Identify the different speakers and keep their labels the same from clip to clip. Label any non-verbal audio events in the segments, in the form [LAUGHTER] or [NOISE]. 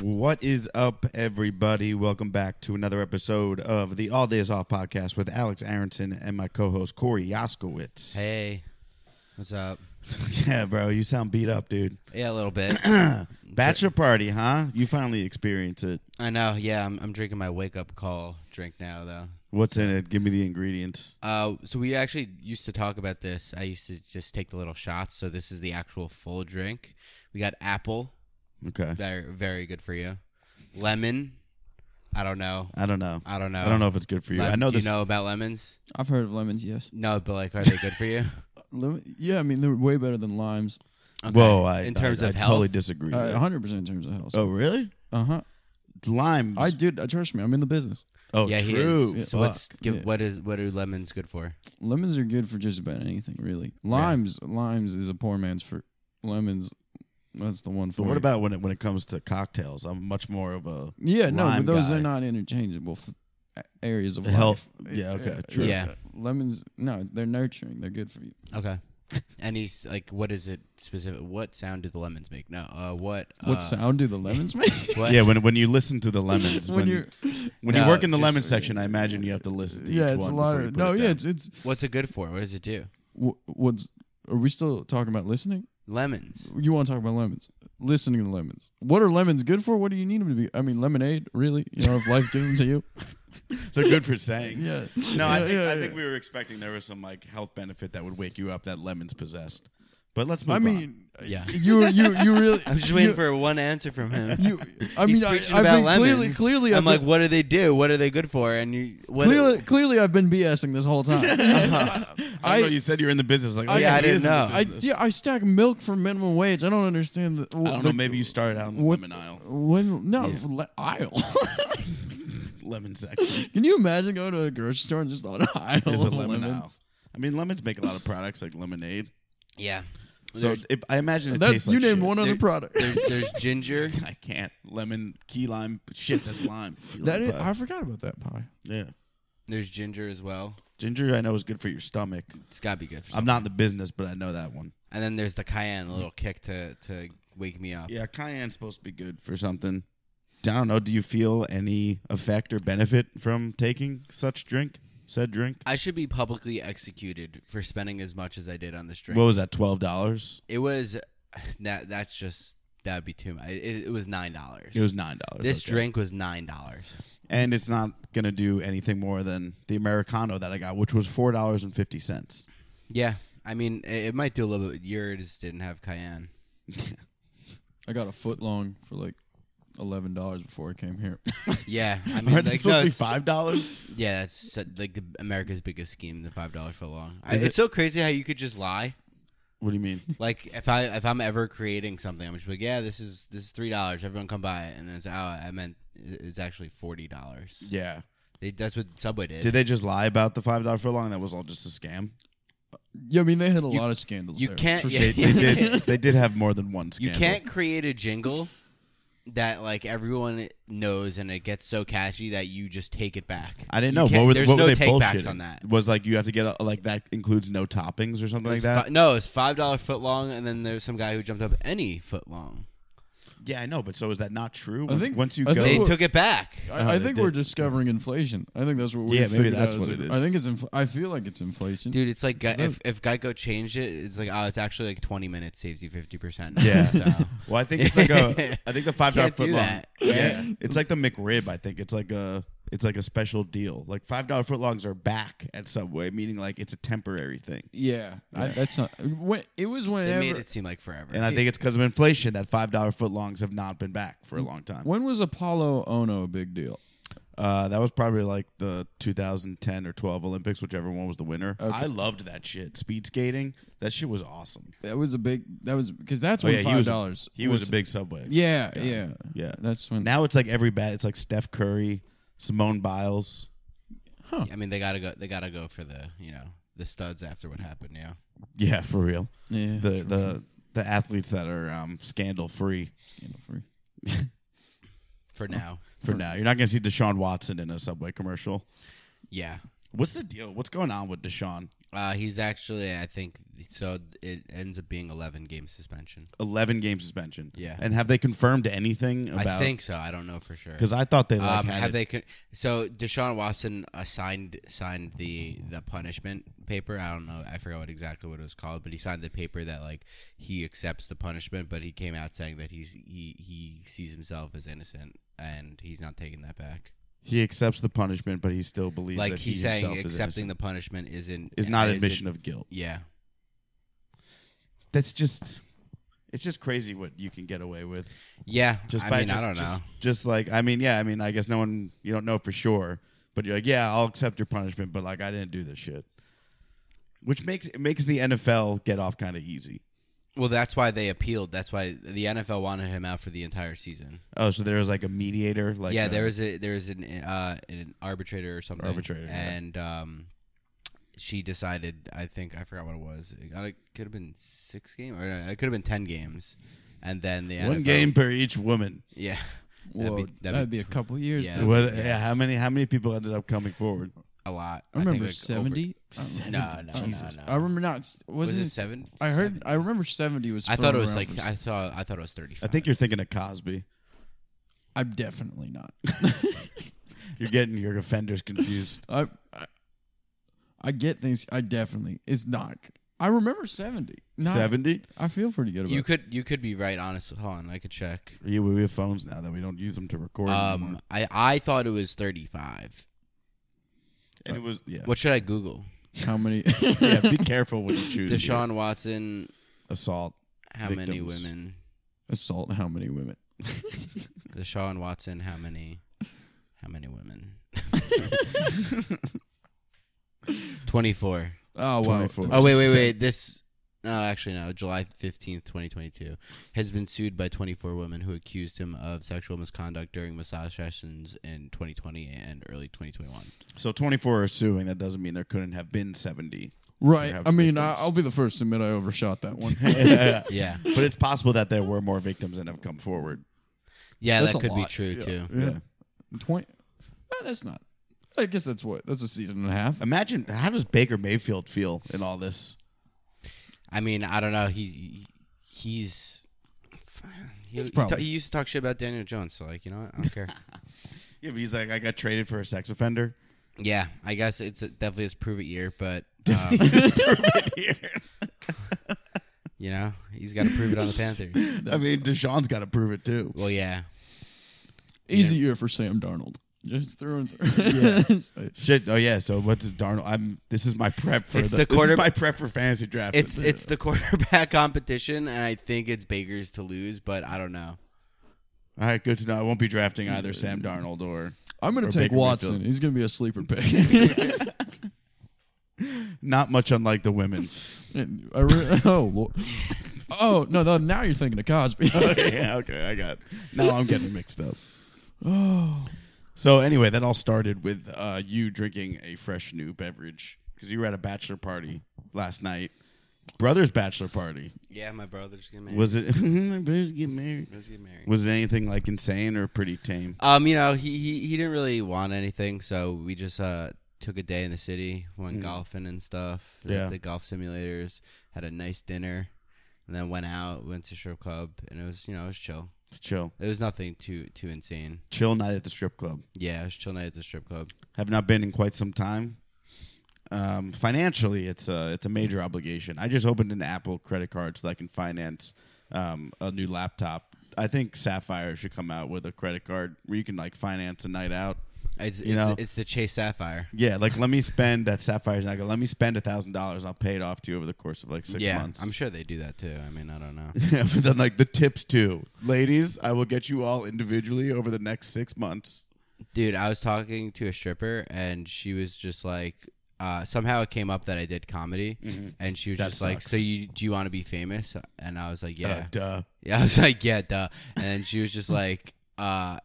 Speaker 1: What is up, everybody? Welcome back to another episode of the All Days Off podcast with Alex Aronson and my co-host Corey Yaskowitz.
Speaker 2: Hey, what's up?
Speaker 1: [LAUGHS] yeah, bro, you sound beat up, dude.
Speaker 2: Yeah, a
Speaker 1: [COUGHS]
Speaker 2: little bit.
Speaker 1: Bachelor party, huh? You finally experience it.
Speaker 2: I know. Yeah, I'm, I'm drinking my wake up call drink now, though.
Speaker 1: What's in it? Give me the ingredients.
Speaker 2: Uh, so we actually used to talk about this. I used to just take the little shots. So this is the actual full drink. We got apple.
Speaker 1: Okay.
Speaker 2: They're very good for you. Lemon. I don't know.
Speaker 1: I don't know.
Speaker 2: I don't know.
Speaker 1: I don't know if it's good for you. I know
Speaker 2: Do
Speaker 1: this.
Speaker 2: you know about lemons?
Speaker 3: I've heard of lemons, yes.
Speaker 2: No, but like, are they good
Speaker 1: [LAUGHS]
Speaker 2: for you?
Speaker 3: Lemon, yeah, I mean they're way better than limes.
Speaker 2: Okay.
Speaker 1: Whoa, I,
Speaker 2: in terms
Speaker 1: I-
Speaker 2: of
Speaker 1: I
Speaker 2: health,
Speaker 1: totally disagree.
Speaker 3: Uh,
Speaker 1: there.
Speaker 3: 100% in terms of health.
Speaker 1: oh, really?
Speaker 3: Uh huh.
Speaker 1: Lime.
Speaker 3: I dude, uh, trust me, I'm in the business.
Speaker 1: oh,
Speaker 2: yeah, he
Speaker 1: true.
Speaker 2: is. So what's
Speaker 1: Fuck.
Speaker 2: give,
Speaker 3: Yeah.
Speaker 2: what is what are lemons good for?
Speaker 3: Lemons are good for just about anything, really. Limes, limes is a poor man's fruit. Lemons, that's the one for.
Speaker 1: But what
Speaker 3: you.
Speaker 1: about when it when it comes to cocktails? I'm much more of a
Speaker 3: Yeah, no,
Speaker 1: lime
Speaker 3: but those
Speaker 1: guy.
Speaker 3: are not interchangeable f- areas of
Speaker 1: Health.
Speaker 3: life.
Speaker 1: Yeah, okay,
Speaker 3: Uh,
Speaker 1: true.
Speaker 2: Yeah.
Speaker 3: Lemons, no, they're nurturing. They're good for you.
Speaker 2: Okay. [LAUGHS] And he's like, what is it specific? What sound do the lemons make? No, uh, what?
Speaker 3: What
Speaker 2: uh,
Speaker 3: sound do
Speaker 1: [LAUGHS]
Speaker 3: the lemons make?
Speaker 2: What?
Speaker 1: yeah. When when you listen to the
Speaker 2: [LAUGHS]
Speaker 1: lemons,
Speaker 3: when
Speaker 1: when
Speaker 3: you're,
Speaker 1: when you
Speaker 2: No,
Speaker 1: work in the
Speaker 2: just-
Speaker 1: lemon section, I imagine you have to listen. to
Speaker 3: yeah,
Speaker 1: each
Speaker 3: it's a
Speaker 1: one
Speaker 3: lot
Speaker 1: before you
Speaker 3: of
Speaker 1: put
Speaker 3: no,
Speaker 1: it
Speaker 3: yeah,
Speaker 1: down.
Speaker 3: it's it's
Speaker 2: What's it good for? What does it do?
Speaker 3: wh- what's. Are we still talking about listening?
Speaker 2: Lemons.
Speaker 3: You want to talk about lemons? Listening to lemons. What are lemons good for? What do you need them to be? I mean, lemonade, really? You know, if life gives them to you.
Speaker 1: they're good for sayings.
Speaker 3: Yeah.
Speaker 1: No, I
Speaker 3: Yeah,
Speaker 1: think
Speaker 3: yeah,
Speaker 1: I
Speaker 3: yeah.
Speaker 1: think we were expecting there was some like health benefit that would wake you up that lemons possessed. But let's move
Speaker 3: I
Speaker 1: on.
Speaker 3: mean,
Speaker 2: Yeah.
Speaker 3: you you you really.
Speaker 2: [LAUGHS] I'm just waiting for one answer from him.
Speaker 3: [LAUGHS] you. I mean,
Speaker 2: He's
Speaker 3: I,
Speaker 2: preaching
Speaker 3: I've
Speaker 2: about
Speaker 3: been clearly
Speaker 2: lemons.
Speaker 3: clearly.
Speaker 2: I'm like,
Speaker 3: I've
Speaker 2: what do they do? What are they good for? And you, what
Speaker 3: been, clearly clearly I've been BSing this whole time.
Speaker 1: I,
Speaker 3: I-
Speaker 1: know you said you're in the business. Like, oh,
Speaker 3: I-
Speaker 1: yeah,
Speaker 3: I
Speaker 1: he
Speaker 2: didn't
Speaker 1: is in the
Speaker 2: know.
Speaker 3: I
Speaker 1: business.
Speaker 3: yeah, I stack milk for minimum wage. I don't understand the.
Speaker 1: I don't know. Maybe you started out in the
Speaker 3: what-
Speaker 1: lemon aisle,
Speaker 3: When no le- aisle. [LAUGHS]
Speaker 1: lemon section.
Speaker 3: Can you imagine going to a grocery store and just an aisle [LAUGHS]
Speaker 1: Is a
Speaker 3: of
Speaker 1: lemon aisle.
Speaker 3: lemons?
Speaker 1: I mean, lemons make a lot of products like lemonade.
Speaker 2: Yeah.
Speaker 1: So
Speaker 2: There's-
Speaker 1: if, I imagine it
Speaker 3: That's
Speaker 1: tastes like
Speaker 3: you named
Speaker 1: shit.
Speaker 3: one other
Speaker 2: There-
Speaker 3: product.
Speaker 2: There's, there's ginger.
Speaker 1: [LAUGHS] I can't lemon key lime shit. That's lime. Key lime
Speaker 3: That is,
Speaker 1: pie.
Speaker 3: I forgot about that pie.
Speaker 1: yeah.
Speaker 2: There's ginger as well.
Speaker 1: Ginger, I know is good for your stomach.
Speaker 2: It's got to be good for
Speaker 1: I'm
Speaker 2: something.
Speaker 1: not in the business, but I know that one.
Speaker 2: And then there's the cayenne, a little kick to, to wake me up.
Speaker 1: Yeah, cayenne's supposed to be good for something. I don't know. Do you feel any effect or benefit from taking such drink? Said drink.
Speaker 2: I should be publicly executed for spending as much as I did on this drink.
Speaker 1: What was that? Twelve dollars.
Speaker 2: It was [SIGHS] that. That's just that'd be too much. It, it was nine dollars.
Speaker 1: It was nine dollars.
Speaker 2: this drink was nine dollars.
Speaker 1: and it's not gonna do anything more than the americano that I got, which was four dollars and fifty cents.
Speaker 2: Yeah, I mean it, it might do a little bit. Yours didn't have cayenne.
Speaker 3: I got a foot long for like eleven dollars before I came here. [LAUGHS]
Speaker 2: Yeah,
Speaker 1: [LAUGHS]
Speaker 2: I mean
Speaker 1: Aren't they
Speaker 2: like,
Speaker 1: supposed
Speaker 2: no,
Speaker 1: to be
Speaker 2: it's-
Speaker 1: five dollars?
Speaker 2: Yeah, that's uh, like the, America's biggest scheme, the five dollars for long. I,
Speaker 1: Is
Speaker 2: it's
Speaker 1: it-
Speaker 2: so crazy how you could just lie.
Speaker 1: What do you mean?
Speaker 2: Like if I if I'm ever creating something, I'm just like, yeah, this is this is three dollars. Everyone come buy it, and then it's oh, I meant it- it's actually forty dollars.
Speaker 1: Yeah.
Speaker 2: They That's what Subway did.
Speaker 1: Did they just lie about the five dollar furlong? That was all just a scam.
Speaker 3: yeah, I mean they had a lot of scandals.
Speaker 2: you
Speaker 3: there,
Speaker 2: can't-
Speaker 3: for
Speaker 2: yeah.
Speaker 3: sure.
Speaker 1: They, they
Speaker 2: [LAUGHS]
Speaker 1: did. They did have more than one scam.
Speaker 2: You can't create a jingle that like everyone knows and it gets so catchy that you just take it back.
Speaker 1: I didn't
Speaker 2: You
Speaker 1: know
Speaker 2: can't-
Speaker 1: what were,
Speaker 2: there's
Speaker 1: what
Speaker 2: no
Speaker 1: were they
Speaker 2: take
Speaker 1: bullshitting?
Speaker 2: backs on that.
Speaker 1: Was like you have to get a, like that includes no toppings or something like that.
Speaker 2: Fi- no, it's five dollar foot long, and then there's some guy who jumped up any foot long.
Speaker 1: yeah, I know, but so is that not true? Once-
Speaker 3: think-
Speaker 1: once you
Speaker 3: I
Speaker 1: go,
Speaker 2: They
Speaker 3: think-
Speaker 2: took it back.
Speaker 1: Oh,
Speaker 3: I, I
Speaker 1: they
Speaker 3: think
Speaker 1: did.
Speaker 3: we're discovering inflation. I think that's what we.
Speaker 1: Yeah, maybe
Speaker 3: figured
Speaker 1: that's
Speaker 3: out
Speaker 1: what
Speaker 3: a-
Speaker 1: it
Speaker 3: I
Speaker 1: is.
Speaker 3: think it's. Infl- I feel like it's inflation.
Speaker 2: Dude, it's like Ge-
Speaker 3: that-
Speaker 2: if, if Geico changed it, it's like oh, it's actually like twenty minutes saves you fifty percent.
Speaker 1: yeah.
Speaker 2: [LAUGHS] so.
Speaker 1: [LAUGHS] Well, I think it's like [LAUGHS] a. I think the five dollar
Speaker 2: Can't do
Speaker 1: foot long.
Speaker 2: that.
Speaker 1: Yeah, it's like the McRib. I think it's like a. It's like a special deal. Like five dollar foot longs are back at Subway, meaning like it's a temporary thing.
Speaker 3: yeah, I, that's not. When, it was
Speaker 2: they
Speaker 3: whenever.
Speaker 2: made it seem like forever.
Speaker 1: And I think it's because of inflation that five dollar foot longs have not been back for a long time.
Speaker 3: when was Apollo Ono a big deal?
Speaker 1: Uh, that was probably like the 2010 or 12 Olympics, whichever one was the winner. I loved that shit. Speed skating, that shit was awesome.
Speaker 3: That was a big. That was because that's
Speaker 1: Oh
Speaker 3: when
Speaker 1: yeah, he
Speaker 3: five
Speaker 1: was
Speaker 3: dollars.
Speaker 1: He was a big Subway.
Speaker 3: Yeah, yeah, yeah.
Speaker 1: Yeah.
Speaker 3: That's when.
Speaker 1: Now it's like every bat. It's like Steph Curry, Simone Biles.
Speaker 2: I mean, they gotta go. They gotta go for the you know the studs after what happened. Yeah.
Speaker 1: Yeah, for real.
Speaker 3: yeah.
Speaker 1: The the the athletes that are um, scandal free
Speaker 3: scandal free.
Speaker 2: For now,
Speaker 1: for now. You're not gonna see Deshaun Watson in a Subway commercial.
Speaker 2: yeah.
Speaker 1: What's the deal? What's going on with Deshaun?
Speaker 2: Uh, he's actually, I think, so it ends up being 11 game suspension.
Speaker 1: Eleven game suspension.
Speaker 2: Yeah.
Speaker 1: And have they confirmed anything about?
Speaker 2: I think so. I don't know for sure.
Speaker 1: because I thought they like
Speaker 2: um,
Speaker 1: had
Speaker 2: have
Speaker 1: it-
Speaker 2: they con- so Deshaun Watson assigned signed the the punishment paper. I don't know. I forgot what exactly what it was called, but he signed the paper that like he accepts the punishment, but he came out saying that he's he he sees himself as innocent and he's not taking that back.
Speaker 1: he accepts the punishment, but he still believes
Speaker 2: like
Speaker 1: that he
Speaker 2: he's saying
Speaker 1: himself is
Speaker 2: accepting
Speaker 1: innocent.
Speaker 2: the punishment isn't
Speaker 1: is not admission of guilt.
Speaker 2: Yeah.
Speaker 1: That's just it's just crazy what you can get away with.
Speaker 2: Yeah.
Speaker 1: Just
Speaker 2: I
Speaker 1: by
Speaker 2: mean,
Speaker 1: just,
Speaker 2: I don't know.
Speaker 1: just, just like I mean, yeah, I mean, I guess no one you don't know for sure, but you're like, yeah, I'll accept your punishment, but like I didn't do this shit, which makes it makes the NFL get off kind of easy.
Speaker 2: Well, that's why they appealed. That's why the NFL wanted him out for the entire season.
Speaker 1: Oh, so there was like a mediator, like
Speaker 2: yeah,
Speaker 1: a-
Speaker 2: there was a there was an uh, an arbitrator or something.
Speaker 1: Arbitrator, yeah.
Speaker 2: and um, she decided. I think I forgot what it was. It got- it could have been six games, or no, it could have been ten games, and then the
Speaker 1: one
Speaker 2: NFL
Speaker 1: game per each woman.
Speaker 2: [LAUGHS] Yeah,
Speaker 3: Whoa, that'd be, a couple years.
Speaker 2: yeah.
Speaker 3: though.
Speaker 1: What, yeah, how many how many people ended up coming forward?
Speaker 2: a lot.
Speaker 3: I
Speaker 2: think
Speaker 3: remember
Speaker 2: like over-
Speaker 3: seventy.
Speaker 1: Seven-
Speaker 2: No, no,
Speaker 3: Jesus,
Speaker 2: no, no.
Speaker 3: I remember not. Was,
Speaker 2: was it
Speaker 3: it
Speaker 2: seven?
Speaker 3: I heard.
Speaker 2: seven?
Speaker 3: I remember seventy was.
Speaker 2: I thought it
Speaker 3: thrown
Speaker 2: was
Speaker 3: around
Speaker 2: like
Speaker 3: for
Speaker 2: I
Speaker 3: s-
Speaker 2: saw. I thought it was
Speaker 1: I
Speaker 2: thirty-five.
Speaker 1: think you're thinking of Cosby.
Speaker 3: I'm
Speaker 2: [LAUGHS]
Speaker 3: definitely not. [LAUGHS]
Speaker 1: You're getting your offenders confused.
Speaker 3: I, I I get things. I definitely it's not. I remember seventy. Not,
Speaker 1: Seventy.
Speaker 3: I feel pretty good about.
Speaker 2: You
Speaker 3: it.
Speaker 2: could you could be right. Honestly, hold on. I could check.
Speaker 1: Yeah, we have phones now that we don't use them to record.
Speaker 2: Um,
Speaker 1: anymore.
Speaker 2: I I thought it was thirty-five.
Speaker 1: and it was yeah.
Speaker 2: uh, What should I Google? [LAUGHS]
Speaker 3: How many?
Speaker 1: [LAUGHS]
Speaker 3: [LAUGHS]
Speaker 1: yeah, be careful what you choose. here.
Speaker 2: Deshaun Watson.
Speaker 1: assault.
Speaker 2: How many
Speaker 1: Victims.
Speaker 2: women?
Speaker 3: Assault. How many women?
Speaker 2: Deshaun Watson, how many? How many
Speaker 3: [LAUGHS]
Speaker 2: women? Twenty-four.
Speaker 3: Oh wow.
Speaker 1: 24.
Speaker 3: That's
Speaker 2: Oh wait, wait,
Speaker 3: sick.
Speaker 2: wait. This. No, actually, no. July fifteenth, twenty twenty-two, has been sued by twenty-four women who accused him of sexual misconduct during massage sessions in twenty twenty and early twenty twenty-one.
Speaker 1: So 24 are suing. That doesn't mean there couldn't have been 70.
Speaker 3: Right.
Speaker 1: Perhaps
Speaker 3: I mean, I,
Speaker 1: victims.
Speaker 3: I'll be the first to admit I overshot that
Speaker 2: [LAUGHS]
Speaker 3: one. Uh,
Speaker 1: but
Speaker 2: Yeah,
Speaker 1: it's possible that there were more victims and have come forward.
Speaker 2: yeah,
Speaker 3: That's
Speaker 2: that
Speaker 3: a
Speaker 2: could be
Speaker 3: lot.
Speaker 2: true
Speaker 3: Yeah.
Speaker 2: too.
Speaker 3: Yeah. Twenty. Well, that's not. I guess that's what. That's a season and a half.
Speaker 1: Imagine how does Baker Mayfield feel in all this?
Speaker 2: I mean, I don't know. He, he's. He, he,
Speaker 3: probably-
Speaker 2: he used to talk shit about Daniel Jones, so like you know what, I don't care.
Speaker 1: Yeah, but he's like, I got traded for a sex offender. [LAUGHS]
Speaker 2: Yeah, I guess it's a, definitely his prove it year, but um, you know he's got to prove it on the Panthers.
Speaker 1: I mean, Deshaun's got to prove it too.
Speaker 2: Well, yeah,
Speaker 3: Easy year for Sam Darnold. Just through [LAUGHS] and through.
Speaker 1: Shit. Oh yeah. So what's Darnold? I'm. This is my prep for
Speaker 2: It's
Speaker 1: the,
Speaker 2: the
Speaker 1: this is
Speaker 2: quarter-
Speaker 1: my prep for fantasy draft.
Speaker 2: it's it's the quarterback [LAUGHS] competition, and I think it's Baker's to lose, but I don't know.
Speaker 1: all right. Good to know. I won't be drafting either Sam Darnold or
Speaker 3: I'm going
Speaker 1: Or
Speaker 3: to take
Speaker 1: Baker
Speaker 3: Watson.
Speaker 1: Mayfield.
Speaker 3: He's going to be a sleeper [LAUGHS] pick.
Speaker 1: not much unlike the women. [LAUGHS]
Speaker 3: And I re- oh, Lord. oh no, no! Now you're thinking of Cosby.
Speaker 1: okay, yeah, okay, I got. Now I'm getting mixed up. So anyway, that all started with uh, you drinking a fresh new beverage because you were at a bachelor party last night, brother's bachelor party.
Speaker 2: Yeah, my brother's getting married.
Speaker 1: Was it? [LAUGHS] my brother's getting married.
Speaker 2: He was getting married.
Speaker 1: Was it anything like insane or pretty tame?
Speaker 2: Um, you know, he, he he didn't really want anything, so we just uh took a day in the city, went golfing and stuff. the-
Speaker 1: Mm. Yeah.
Speaker 2: the golf simulators had a nice dinner, and then went out, went to strip club, and it was you know it was chill.
Speaker 1: It's chill,
Speaker 2: It was nothing too too insane.
Speaker 1: chill night at the strip club.
Speaker 2: Yeah, it was chill night at the strip club.
Speaker 1: Have not been in quite some time. Um, financially, it's a it's a major obligation. I just opened an Apple credit card so that I can finance um, a new laptop. I think Sapphire should come out with a credit card where you can like finance a night out.
Speaker 2: It's
Speaker 1: You
Speaker 2: it's,
Speaker 1: know?
Speaker 2: it's the Chase Sapphire.
Speaker 1: Yeah, like let me spend that Sapphire's not gonna let me spend a thousand dollars and I'll pay it off to you over the course of like six
Speaker 2: yeah,
Speaker 1: months. [LAUGHS]
Speaker 2: I'm sure they do that too. I mean, I don't know.
Speaker 1: Yeah, but then like the tips too, ladies. I will get you all individually over the next six months.
Speaker 2: Dude, I was talking to a stripper and she was just like uh, somehow it came up that I did comedy
Speaker 1: Mm-hmm.
Speaker 2: and she was
Speaker 1: That
Speaker 2: just like,
Speaker 1: sucks.
Speaker 2: "So you do you want to be famous?" And I was like, "Yeah."
Speaker 1: Uh, duh.
Speaker 2: Yeah, I was [LAUGHS] like, yeah, duh. And then she was just like, uh,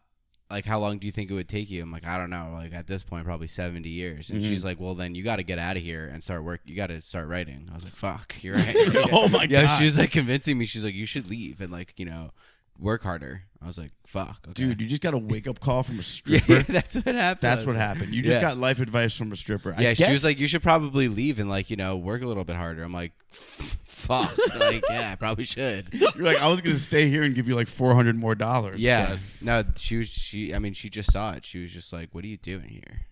Speaker 2: like how long do you think it would take you? I'm like, I don't know. Like at this point, probably 70 years. And
Speaker 1: Mm-hmm.
Speaker 2: she's like, well, then you got to get out of here and start work. You got to start
Speaker 1: [LAUGHS]
Speaker 2: writing. I was like, fuck, you're right.
Speaker 1: Oh my
Speaker 2: yeah,
Speaker 1: God.
Speaker 2: she was like convincing me. She's like, you should leave and like you know, work harder. I was like, fuck, okay.
Speaker 1: Dude, you just got a wake up call from a
Speaker 2: [LAUGHS] yeah,
Speaker 1: stripper.
Speaker 2: that's what happened.
Speaker 1: That's what happened. You just
Speaker 2: Yeah.
Speaker 1: got life advice from a stripper. I
Speaker 2: Yeah, she
Speaker 1: guess-
Speaker 2: was like, you should probably leave and like you know work a little bit harder. I'm like, fuck, [LAUGHS] like yeah, I probably
Speaker 1: [LAUGHS]
Speaker 2: should.
Speaker 1: You're like, I was gonna stay here and give you like four hundred more dollars.
Speaker 2: Yeah,
Speaker 1: but
Speaker 2: no, she was she. I mean, she just saw it. She was just like, what are you doing here?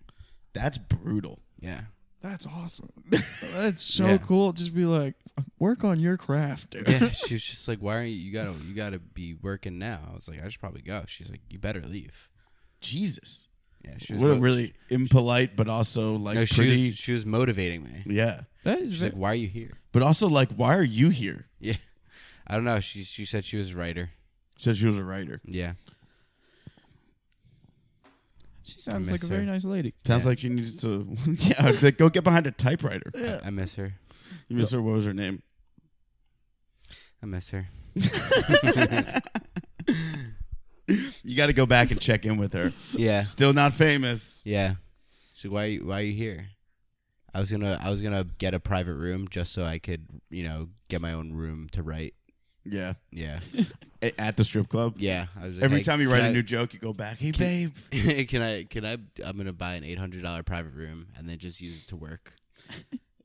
Speaker 1: that's brutal.
Speaker 2: Yeah.
Speaker 3: [LAUGHS] That's awesome. That's so
Speaker 2: Yeah.
Speaker 3: cool. Just be like, work on your craft, dude.
Speaker 2: Yeah, [LAUGHS] she was just like, "Why aren't you? You gotta, you gotta be working now." I was like, "I should probably go." She's like, "You better leave."
Speaker 1: Jesus,
Speaker 2: Yeah, she was
Speaker 1: what a
Speaker 2: mo-
Speaker 1: really impolite, but also like
Speaker 2: no. She
Speaker 1: pretty.
Speaker 2: was she was motivating me.
Speaker 1: yeah,
Speaker 3: [LAUGHS] That is
Speaker 2: She's
Speaker 3: ve-
Speaker 2: like, "Why are you here?"
Speaker 1: but also like, why are you here?
Speaker 2: Yeah, [LAUGHS] I don't know. She she said she was a writer.
Speaker 1: Said she was a writer.
Speaker 2: Yeah,
Speaker 3: she sounds
Speaker 2: I
Speaker 3: like
Speaker 2: miss
Speaker 3: a very
Speaker 2: her.
Speaker 3: nice lady.
Speaker 1: Sounds
Speaker 2: Yeah.
Speaker 1: like she needs to. [LAUGHS] yeah, I'd be like, go get behind a typewriter.
Speaker 2: I- I, miss her.
Speaker 1: You miss her. What was her name?
Speaker 2: I miss her.
Speaker 1: You got to go back and check in with
Speaker 2: [LAUGHS]
Speaker 1: her.
Speaker 2: Yeah,
Speaker 1: Still not famous.
Speaker 2: yeah. So why you- why are you here? I was gonna I was gonna get a private room just so I could you know get my own room to write.
Speaker 1: Yeah,
Speaker 2: [LAUGHS] Yeah,
Speaker 1: A- at the strip club.
Speaker 2: yeah. I was like,
Speaker 1: Every
Speaker 2: "Hey,
Speaker 1: time you
Speaker 2: can
Speaker 1: write a
Speaker 2: I-
Speaker 1: new joke, you go back. Hey, babe.
Speaker 2: [LAUGHS] can I? Can I? I'm gonna buy an eight hundred dollar private room and then just use it to work.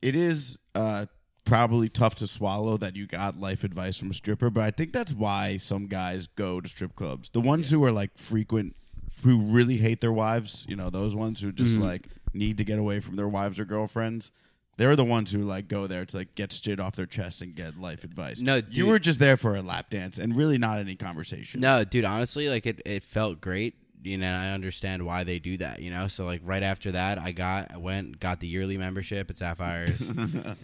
Speaker 1: it is uh, probably tough to swallow that you got life advice from a stripper, but I think that's why some guys go to strip clubs. The ones who are like frequent, who really hate their wives, you know, those ones who just
Speaker 2: Mm-hmm.
Speaker 1: like need to get away from their wives or girlfriends. They're the ones who like go there to like get shit off their chest and get life advice.
Speaker 2: No,
Speaker 1: you
Speaker 2: dude.
Speaker 1: were just there for a lap dance and really not any conversation.
Speaker 2: No, dude. Honestly, like it, it felt great. You know, and I understand why they do that. You know, so like right after that, I got I went got the yearly membership at
Speaker 1: [LAUGHS]
Speaker 2: Sapphires. [LAUGHS]
Speaker 1: Did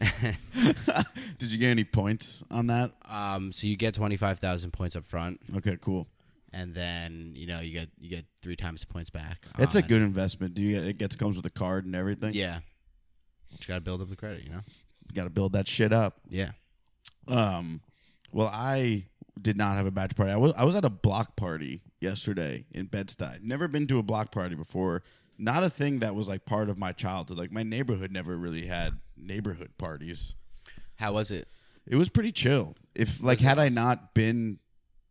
Speaker 1: you get any points on that?
Speaker 2: um, so you get twenty five thousand points up front,
Speaker 1: Okay, cool.
Speaker 2: and then you know you get you get three times the points back.
Speaker 1: It's a
Speaker 2: on-
Speaker 1: good investment. Do you get, it gets comes with a card and everything?
Speaker 2: Uh, yeah. Just gotta build up the credit, you know.
Speaker 1: You got to build that shit up.
Speaker 2: Yeah.
Speaker 1: Um, well, I did not have a bachelor party. I was I was at a block party yesterday in Bed Stuy. Never been to a block party before. Not a thing that was like part of my childhood. Like my neighborhood never really had neighborhood parties.
Speaker 2: How was it?
Speaker 1: It was pretty chill. If like had I not been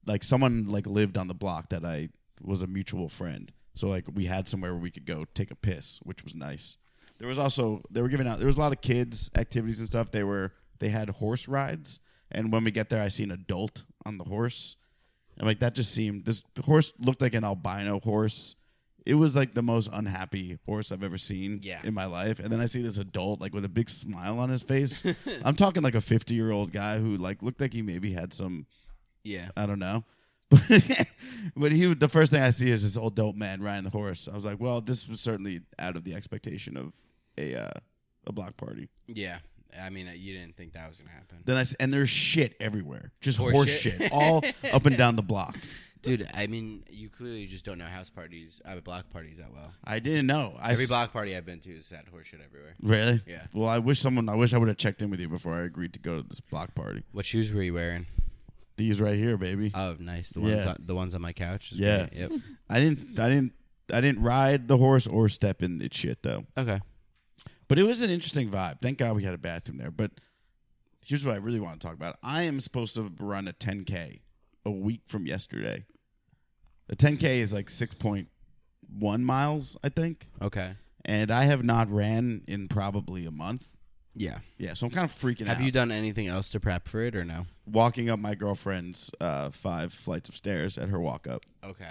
Speaker 1: like someone like lived on the block that I was a mutual friend. So like we had somewhere where we could go take a piss, which was nice. There was also they were giving out there was a lot of kids activities and stuff. They were they had horse rides and when we get there I see an adult on the horse. And like that just seemed this the horse looked like an albino horse. It was like the most unhappy horse I've ever seen
Speaker 2: Yeah.
Speaker 1: in my life. And then I see this adult like with a big smile on his face. I'm talking like a 50 year old guy who like looked like he maybe had some
Speaker 2: Yeah.
Speaker 1: I don't know. [LAUGHS] But but he the first thing I see is this old dope man riding the horse. I was like, well, this was certainly out of the expectation of a uh, a block party.
Speaker 2: Yeah. I mean, you didn't think that was gonna happen.
Speaker 1: Then I s- and there's shit everywhere, just
Speaker 2: Horse
Speaker 1: horse,
Speaker 2: shit.
Speaker 1: shit.
Speaker 2: [LAUGHS]
Speaker 1: all up and down the block.
Speaker 2: Dude, I mean, you clearly just don't know house parties, uh, block parties that well.
Speaker 1: I didn't know. I
Speaker 2: Every
Speaker 1: s-
Speaker 2: block party I've been to has had horseshit everywhere.
Speaker 1: really?
Speaker 2: Yeah.
Speaker 1: Well, I wish someone. I wish I would have checked in with you before I agreed to go to this block party.
Speaker 2: What shoes were you wearing?
Speaker 1: These right here, baby.
Speaker 2: Oh, nice. The ones,
Speaker 1: Yeah.
Speaker 2: on, the ones on my couch. is
Speaker 1: Yeah.
Speaker 2: great. Yep.
Speaker 1: I didn't. I didn't. I didn't ride the horse or step in its shit though.
Speaker 2: [LAUGHS] okay.
Speaker 1: But it was an interesting vibe. Thank God we had a bathroom there. But here's what I really want to talk about. I am supposed to run a 10K a week from yesterday. The 10K is like 6.1 miles, I think.
Speaker 2: Okay.
Speaker 1: And I have not ran in probably a month.
Speaker 2: Yeah.
Speaker 1: Yeah, so I'm kind of freaking out.
Speaker 2: Have you done anything else to prep for it or no?
Speaker 1: walking up my girlfriend's uh, five flights of stairs at her walk up?
Speaker 2: Okay.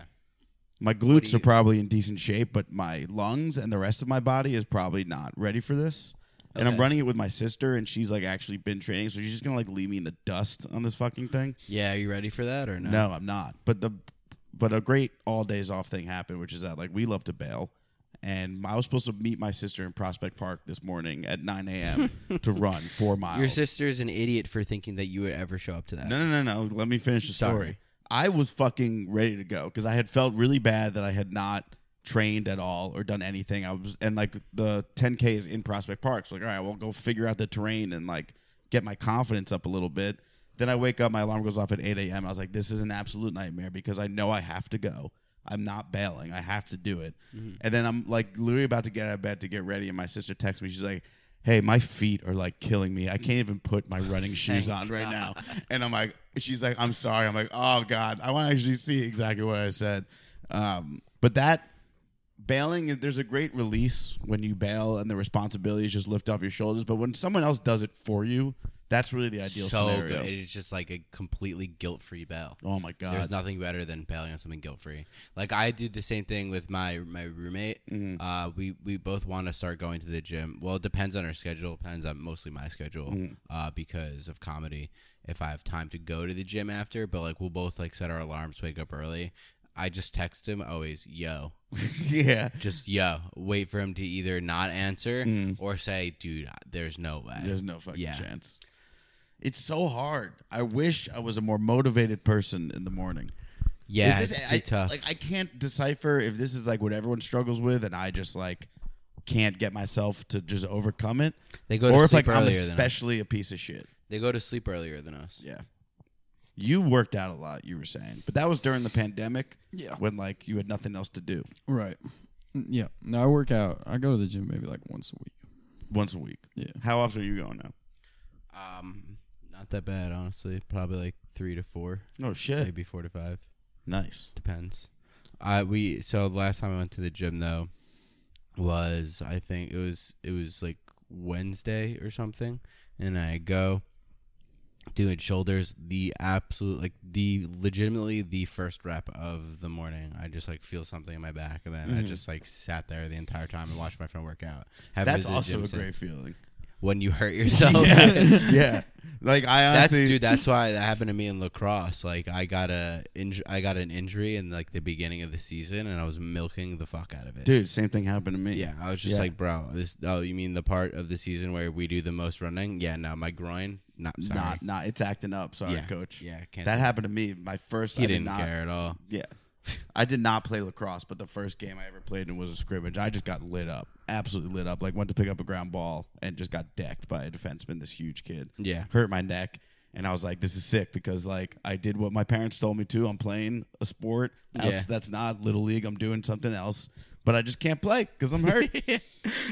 Speaker 1: My glutes are probably in decent shape, but my lungs and the rest of my body is probably not ready for this. And I'm
Speaker 2: Okay.
Speaker 1: running it with my sister, and she's like actually been training, so she's just gonna like leave me in the dust on this fucking thing.
Speaker 2: Yeah. Are you ready for that or no?
Speaker 1: No, I'm not. But the but a great all days off thing happened, which is that like we love to bail, and I was supposed to meet my sister in Prospect Park this morning at 9
Speaker 2: [LAUGHS]
Speaker 1: a.m. to run four miles.
Speaker 2: Your sister's an idiot for thinking that you would ever show up to that.
Speaker 1: No, no, no, no. Let me finish the
Speaker 2: Sorry.
Speaker 1: story. I was fucking ready to go because I had felt really bad that I had not trained at all or done anything. I was and like the 10k is in Prospect Park, so like all right, well go figure out the terrain and like get my confidence up a little bit. Then I wake up, my alarm goes off at 8 a.m. I was like, this is an absolute nightmare because I know I have to go. I'm not bailing.
Speaker 2: Mm-hmm.
Speaker 1: I have to do it. And then I'm like literally about to get out of bed to get ready, and my sister texts me. She's like, hey, my feet are like killing me. I can't even put my
Speaker 2: [LAUGHS]
Speaker 1: running shoes on right now. And I'm like, she's like, I'm sorry. I'm like, oh God, I want to actually see exactly what I said. Um, but that bailing is there's a great release when you bail and the responsibilities just lift off your shoulders. But when someone else does it for you, that's really the ideal
Speaker 2: so
Speaker 1: scenario.
Speaker 2: good. It's just like a completely guilt-free bail.
Speaker 1: Oh my God. [LAUGHS]
Speaker 2: There's nothing better than bailing on something guilt free. Like I do the same thing with my my roommate.
Speaker 1: Mm-hmm.
Speaker 2: Uh, we we both want to start going to the gym. Well, it depends on our schedule. Depends on mostly my schedule
Speaker 1: Mm-hmm.
Speaker 2: uh, because of comedy. If I have time to go to the gym after, but like we'll both like set our alarms, wake up early. I just text him always, yo,
Speaker 1: yeah.
Speaker 2: just yo. Wait for him to either not answer or say, dude, there's no way.
Speaker 1: Mm-hmm. There's no fucking
Speaker 2: Yeah.
Speaker 1: chance. It's so hard. I wish I was a more motivated person in the morning.
Speaker 2: yeah,
Speaker 1: Is this-
Speaker 2: it's too
Speaker 1: I-
Speaker 2: tough.
Speaker 1: Like I can't decipher if this is like what everyone struggles with, and I just like can't get myself to just overcome it,
Speaker 2: they go to
Speaker 1: or if
Speaker 2: sleep
Speaker 1: like I'm
Speaker 2: earlier than us.
Speaker 1: especially a piece of shit.
Speaker 2: They go to sleep earlier than us.
Speaker 1: Yeah. You worked out a lot, you were saying, but that was during the pandemic.
Speaker 3: Yeah.
Speaker 1: When like you had nothing else to do
Speaker 3: Right. N- Yeah. No, I work out. I go to the gym maybe like once a week.
Speaker 1: once a week.
Speaker 3: Yeah.
Speaker 1: How often are you going now?
Speaker 2: Um, not that bad, honestly. Probably like three to four,
Speaker 1: Oh shit!
Speaker 2: maybe four to five.
Speaker 1: Nice.
Speaker 2: Depends. I we so the last time I went to the gym though was I think it was it was like Wednesday or something, and I go doing shoulders the absolute like the legitimately the first rep of the morning i just like feel something in my back and then i
Speaker 1: Mm-hmm.
Speaker 2: just like sat there the entire time and watched my friend work out
Speaker 1: That's
Speaker 2: Haven't been to the
Speaker 1: also
Speaker 2: gym
Speaker 1: a
Speaker 2: since.
Speaker 1: great feeling.
Speaker 2: [LAUGHS] when
Speaker 1: [LAUGHS]
Speaker 2: you hurt yourself
Speaker 1: yeah. yeah. Like I
Speaker 2: [LAUGHS] That's
Speaker 1: honestly,
Speaker 2: dude. That's why that happened to me in lacrosse. Like I got a inj- I got an injury in like the beginning of the season, and I was milking the fuck out of it.
Speaker 1: Dude, same thing happened to me.
Speaker 2: Yeah, I was just
Speaker 1: Yeah.
Speaker 2: like, bro, this. Oh, you mean the part of the season where we do the most running? Yeah, no, my groin. Not sorry.
Speaker 1: Not not it's acting up, sorry
Speaker 2: yeah,
Speaker 1: coach.
Speaker 2: Yeah, can't.
Speaker 1: That happened to me. My first
Speaker 2: he
Speaker 1: I did
Speaker 2: didn't
Speaker 1: not
Speaker 2: care
Speaker 1: [LAUGHS]
Speaker 2: at all.
Speaker 1: Yeah. I did not play lacrosse, but the first game I ever played in was a scrimmage. I just got lit up. Absolutely lit up. Like went to pick up a ground ball and just got decked by a defenseman, this huge kid.
Speaker 2: Yeah.
Speaker 1: Hurt my neck. And I was like, this is sick because like I did what my parents told me to. I'm playing a sport. That's,
Speaker 2: Yeah.
Speaker 1: that's not little league. I'm doing something else. But I just can't play because I'm
Speaker 2: [LAUGHS]
Speaker 1: hurt.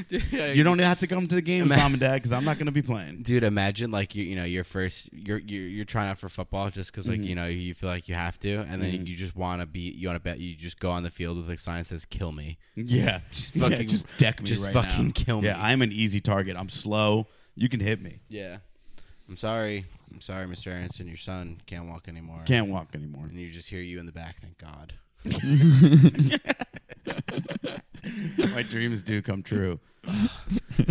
Speaker 2: Dude,
Speaker 1: you don't have to come to the game, mom and dad, because I'm not going to be
Speaker 2: [LAUGHS]
Speaker 1: playing.
Speaker 2: Dude, imagine like you, you know, your first, you're you're, you're trying out for football just because
Speaker 1: Mm-hmm.
Speaker 2: like you know you feel like you have to, and then you just want to be, you want to bet, you just go on the field with like sign that says "kill me."
Speaker 1: Yeah, just
Speaker 2: fucking-
Speaker 1: just deck me
Speaker 2: just
Speaker 1: right
Speaker 2: fucking
Speaker 1: now.
Speaker 2: kill me.
Speaker 1: Yeah, I'm an easy target. I'm slow. You can hit me.
Speaker 2: Yeah. I'm sorry. I'm sorry, Mr. Aronson. Your son can't walk anymore.
Speaker 1: Can't walk anymore.
Speaker 2: And you just hear you in the back. Thank God. [LAUGHS]
Speaker 1: My dreams do come [LAUGHS] true.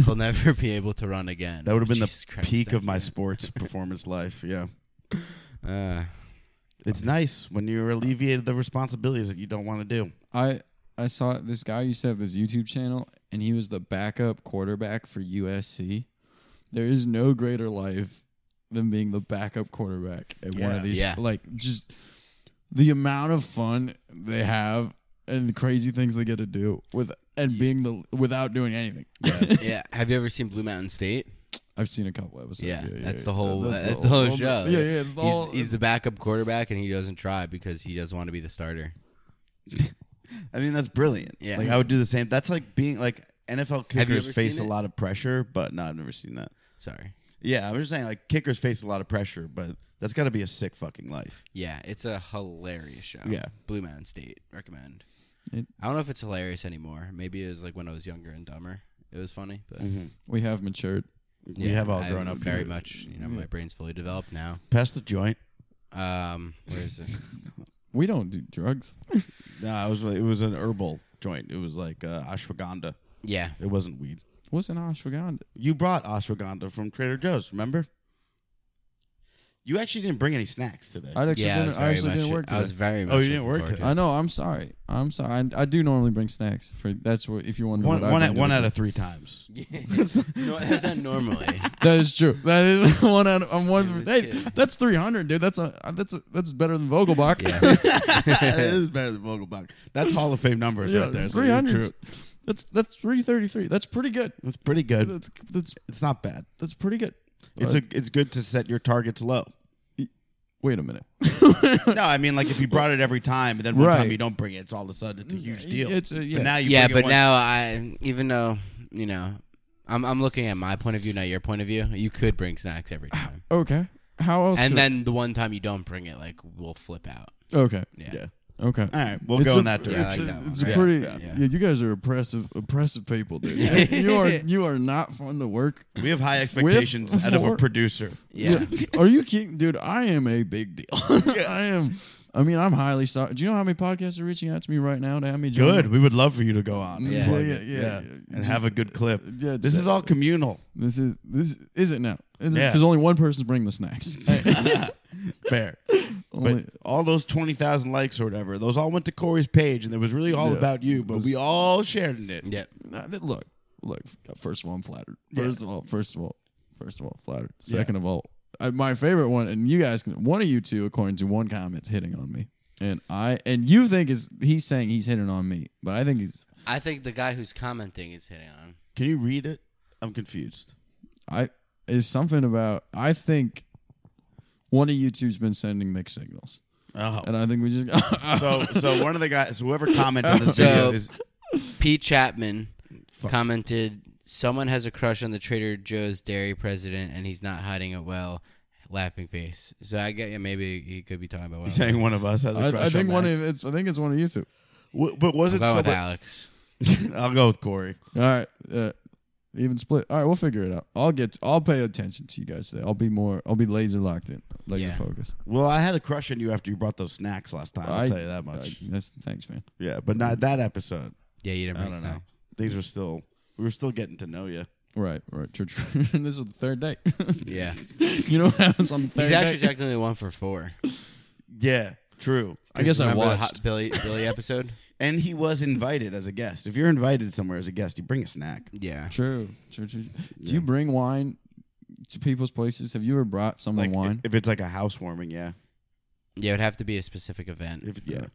Speaker 2: He'll never be able to run again.
Speaker 1: That would have been
Speaker 2: Jesus
Speaker 1: the
Speaker 2: Christ,
Speaker 1: peak
Speaker 2: that
Speaker 1: of my
Speaker 2: man.
Speaker 1: sports performance life. Yeah,
Speaker 2: Uh,
Speaker 1: it's nice when you're alleviated the responsibilities that you don't want to do.
Speaker 3: I I saw this guy used to have this YouTube channel, and he was the backup quarterback for USC. There is no greater life than being the backup quarterback at one
Speaker 1: Yeah.
Speaker 3: of these.
Speaker 2: Yeah.
Speaker 3: Like just the amount of fun they have and the crazy things they get to do with and being the without doing anything.
Speaker 2: [LAUGHS] yeah. Have you ever seen Blue Mountain State?
Speaker 3: I've seen a couple episodes.
Speaker 2: Yeah,
Speaker 3: yeah,
Speaker 2: that's the whole. That's, the
Speaker 3: whole-
Speaker 2: whole show.
Speaker 3: Yeah, yeah, it's the
Speaker 2: he's,
Speaker 3: whole.
Speaker 2: he's the backup quarterback, and he doesn't try because he doesn't want to be the starter.
Speaker 1: I mean, that's brilliant.
Speaker 2: Yeah.
Speaker 1: like I would do the same. That's like being like NFL kickers
Speaker 2: ever
Speaker 1: face a
Speaker 2: seen it?
Speaker 1: lot of pressure, but no, I've never seen that.
Speaker 2: Sorry.
Speaker 1: Yeah, I'm just saying like kickers face a lot of pressure, but that's got to be a sick fucking life.
Speaker 2: Yeah, it's a hilarious show.
Speaker 1: Yeah.
Speaker 2: Blue Mountain State recommend.
Speaker 3: It-
Speaker 2: I don't know if it's hilarious anymore. Maybe it was like when I was younger and dumber. It was funny, but
Speaker 3: we have matured.
Speaker 1: we have all
Speaker 2: I'm
Speaker 1: grown up
Speaker 2: very
Speaker 1: here.
Speaker 2: much. You know, my brain's fully developed now.
Speaker 1: Pass the joint.
Speaker 2: Um, where
Speaker 1: [LAUGHS]
Speaker 2: is it?
Speaker 3: We don't do drugs.
Speaker 1: No, I was. It was an herbal joint. It was like uh, ashwagandha.
Speaker 2: yeah,
Speaker 1: It wasn't weed.
Speaker 3: What's an ashwagandha?
Speaker 1: You brought ashwagandha from Trader Joe's. Remember? You actually didn't bring any snacks today.
Speaker 3: I actually
Speaker 2: yeah. I was
Speaker 3: didn't, I
Speaker 2: very
Speaker 3: actually
Speaker 2: much.
Speaker 3: didn't work.
Speaker 2: I was
Speaker 3: today.
Speaker 2: very. Much
Speaker 1: Oh, you didn't
Speaker 2: looking
Speaker 1: work
Speaker 2: forward to
Speaker 1: today?
Speaker 2: it.
Speaker 3: I know. I'm sorry. I'm sorry. I, I do normally bring snacks for. That's what if you wonder.
Speaker 1: one
Speaker 3: what I've
Speaker 1: one,
Speaker 3: been
Speaker 1: out, one
Speaker 3: doing.
Speaker 1: out of three
Speaker 3: [LAUGHS]
Speaker 1: times. [LAUGHS]
Speaker 2: No, that's not [LAUGHS] normally.
Speaker 3: That is true. That is [LAUGHS] one out. Of, I'm one.
Speaker 2: this
Speaker 3: hey,
Speaker 2: kid.
Speaker 3: that's 300, dude. That's a. That's a, that's better than Vogelbach. [LAUGHS]
Speaker 2: yeah.
Speaker 1: it is better than Vogelbach. That's Hall of Fame numbers right there. So
Speaker 3: three
Speaker 1: you're
Speaker 3: hundred.
Speaker 1: true.
Speaker 3: That's that's 333. That's pretty good.
Speaker 1: That's pretty good.
Speaker 3: That's that's
Speaker 1: It's not bad.
Speaker 3: that's pretty good.
Speaker 1: It's a, it's good to set your targets
Speaker 3: [LAUGHS]
Speaker 1: low.
Speaker 3: Wait a minute.
Speaker 1: No, I mean like if you brought it every time and then one time
Speaker 3: Right.
Speaker 1: you don't bring it, it's all of a sudden it's a huge deal.
Speaker 3: It's a- yeah.
Speaker 1: But now you
Speaker 2: yeah,
Speaker 1: bring it
Speaker 2: but
Speaker 1: once-
Speaker 2: now I, even though you know, I'm I'm looking at my point of view, not your point of view. You could bring snacks every
Speaker 3: Ah,
Speaker 2: time,
Speaker 3: Okay. How else?
Speaker 2: and
Speaker 3: could-
Speaker 2: then the one time you don't bring it, like we'll flip out.
Speaker 3: okay.
Speaker 2: Yeah.
Speaker 1: Yeah.
Speaker 3: Okay.
Speaker 1: All right, we'll
Speaker 3: It's
Speaker 1: go
Speaker 3: a-
Speaker 1: in that
Speaker 3: it's
Speaker 1: direction.
Speaker 2: Yeah, I
Speaker 3: a-
Speaker 2: like that
Speaker 3: It's
Speaker 2: one.
Speaker 3: a
Speaker 2: Yeah,
Speaker 3: pretty.
Speaker 2: yeah, yeah.
Speaker 3: yeah, you guys are oppressive, oppressive people,
Speaker 1: [LAUGHS]
Speaker 3: dude. you are you are not fun to work
Speaker 1: we have high expectations out of a
Speaker 3: four-
Speaker 1: producer.
Speaker 2: Yeah.
Speaker 3: [LAUGHS] Are you kidding, dude? I am a big deal. [LAUGHS] I am. I mean, I'm highly sorry. Do you know how many podcasts are reaching out to me right now to have me? join
Speaker 1: Good.
Speaker 3: them?
Speaker 1: We would love for you to go on. and
Speaker 2: Yeah.
Speaker 1: plug
Speaker 3: Yeah,
Speaker 1: it.
Speaker 3: yeah, yeah, yeah.
Speaker 1: And
Speaker 3: Just-
Speaker 1: have a good clip.
Speaker 3: yeah,
Speaker 1: this
Speaker 3: just-
Speaker 1: is all communal.
Speaker 3: This is this is it now. Is
Speaker 1: Yeah.
Speaker 3: it, 'cause only one person's bringing
Speaker 1: [LAUGHS]
Speaker 3: the snacks.
Speaker 1: Fair. [LAUGHS] But
Speaker 3: Only-
Speaker 1: all those 20,000 likes or whatever, those all went to Corey's page, and it was really all
Speaker 3: Yeah.
Speaker 1: about you, but
Speaker 3: Was-
Speaker 1: we all shared in it.
Speaker 2: Yep.
Speaker 3: Nah, th- look, look. First of all, I'm flattered. First of all, first of all, first of all, flattered. Second of all, I, my favorite one, and you guys can. One of you two, according to one comment's hitting on me, and I and you think is he's saying he's hitting on me, but I think he's
Speaker 2: I think the guy who's commenting is hitting on.
Speaker 1: Can you read it? I'm confused.
Speaker 3: I is something about I think one of you two's been sending mixed signals,
Speaker 1: Oh.
Speaker 3: and I think we just [LAUGHS]
Speaker 1: So, so one of the guys, whoever commented on [LAUGHS] this
Speaker 2: So-
Speaker 1: video is
Speaker 2: P. Chapman commented, "Someone has a crush on the Trader Joe's dairy president, and he's not hiding it well." Laughing face. So I get yeah, maybe he could be talking about what
Speaker 1: saying one of us has a
Speaker 3: I,
Speaker 1: crush
Speaker 3: I think
Speaker 1: on
Speaker 3: one
Speaker 1: Max.
Speaker 3: of it's I think it's one of you two.
Speaker 1: W- but was
Speaker 2: I'm
Speaker 1: it
Speaker 2: going with
Speaker 1: someone-
Speaker 2: Alex.
Speaker 1: [LAUGHS] I'll go with Corey.
Speaker 3: All right, uh, even split. All right, we'll figure it out. I'll get. I'll pay attention to you guys today. I'll be more. I'll be laser locked in, laser
Speaker 2: Yeah.
Speaker 3: focused.
Speaker 1: Well, I had a crush on you after you brought those snacks last time. I'll tell you that much.
Speaker 3: I- that's thanks, man.
Speaker 1: yeah, but not that episode.
Speaker 2: Yeah, you didn't
Speaker 1: I
Speaker 2: bring
Speaker 1: don't
Speaker 2: Snap.
Speaker 1: know. Things were still we were still getting to know you.
Speaker 3: Right, right. True, true. [LAUGHS] this is the third date.
Speaker 2: [LAUGHS] Yeah,
Speaker 3: you know what happens on the third
Speaker 2: he's actually
Speaker 3: date?
Speaker 2: technically one for four.
Speaker 1: Yeah, true.
Speaker 3: I guess I
Speaker 2: Remember the
Speaker 3: watched.
Speaker 2: Hot Billy Billy episode.
Speaker 1: And he was invited as a guest. If you're invited somewhere as a guest, you bring a snack.
Speaker 2: Yeah,
Speaker 3: True, true, true. Do you bring wine to people's places? Have you ever brought someone
Speaker 1: Like
Speaker 3: wine?
Speaker 1: if it's like a housewarming, yeah.
Speaker 2: yeah, it would have to be a specific event.
Speaker 1: If yeah.
Speaker 3: Okay.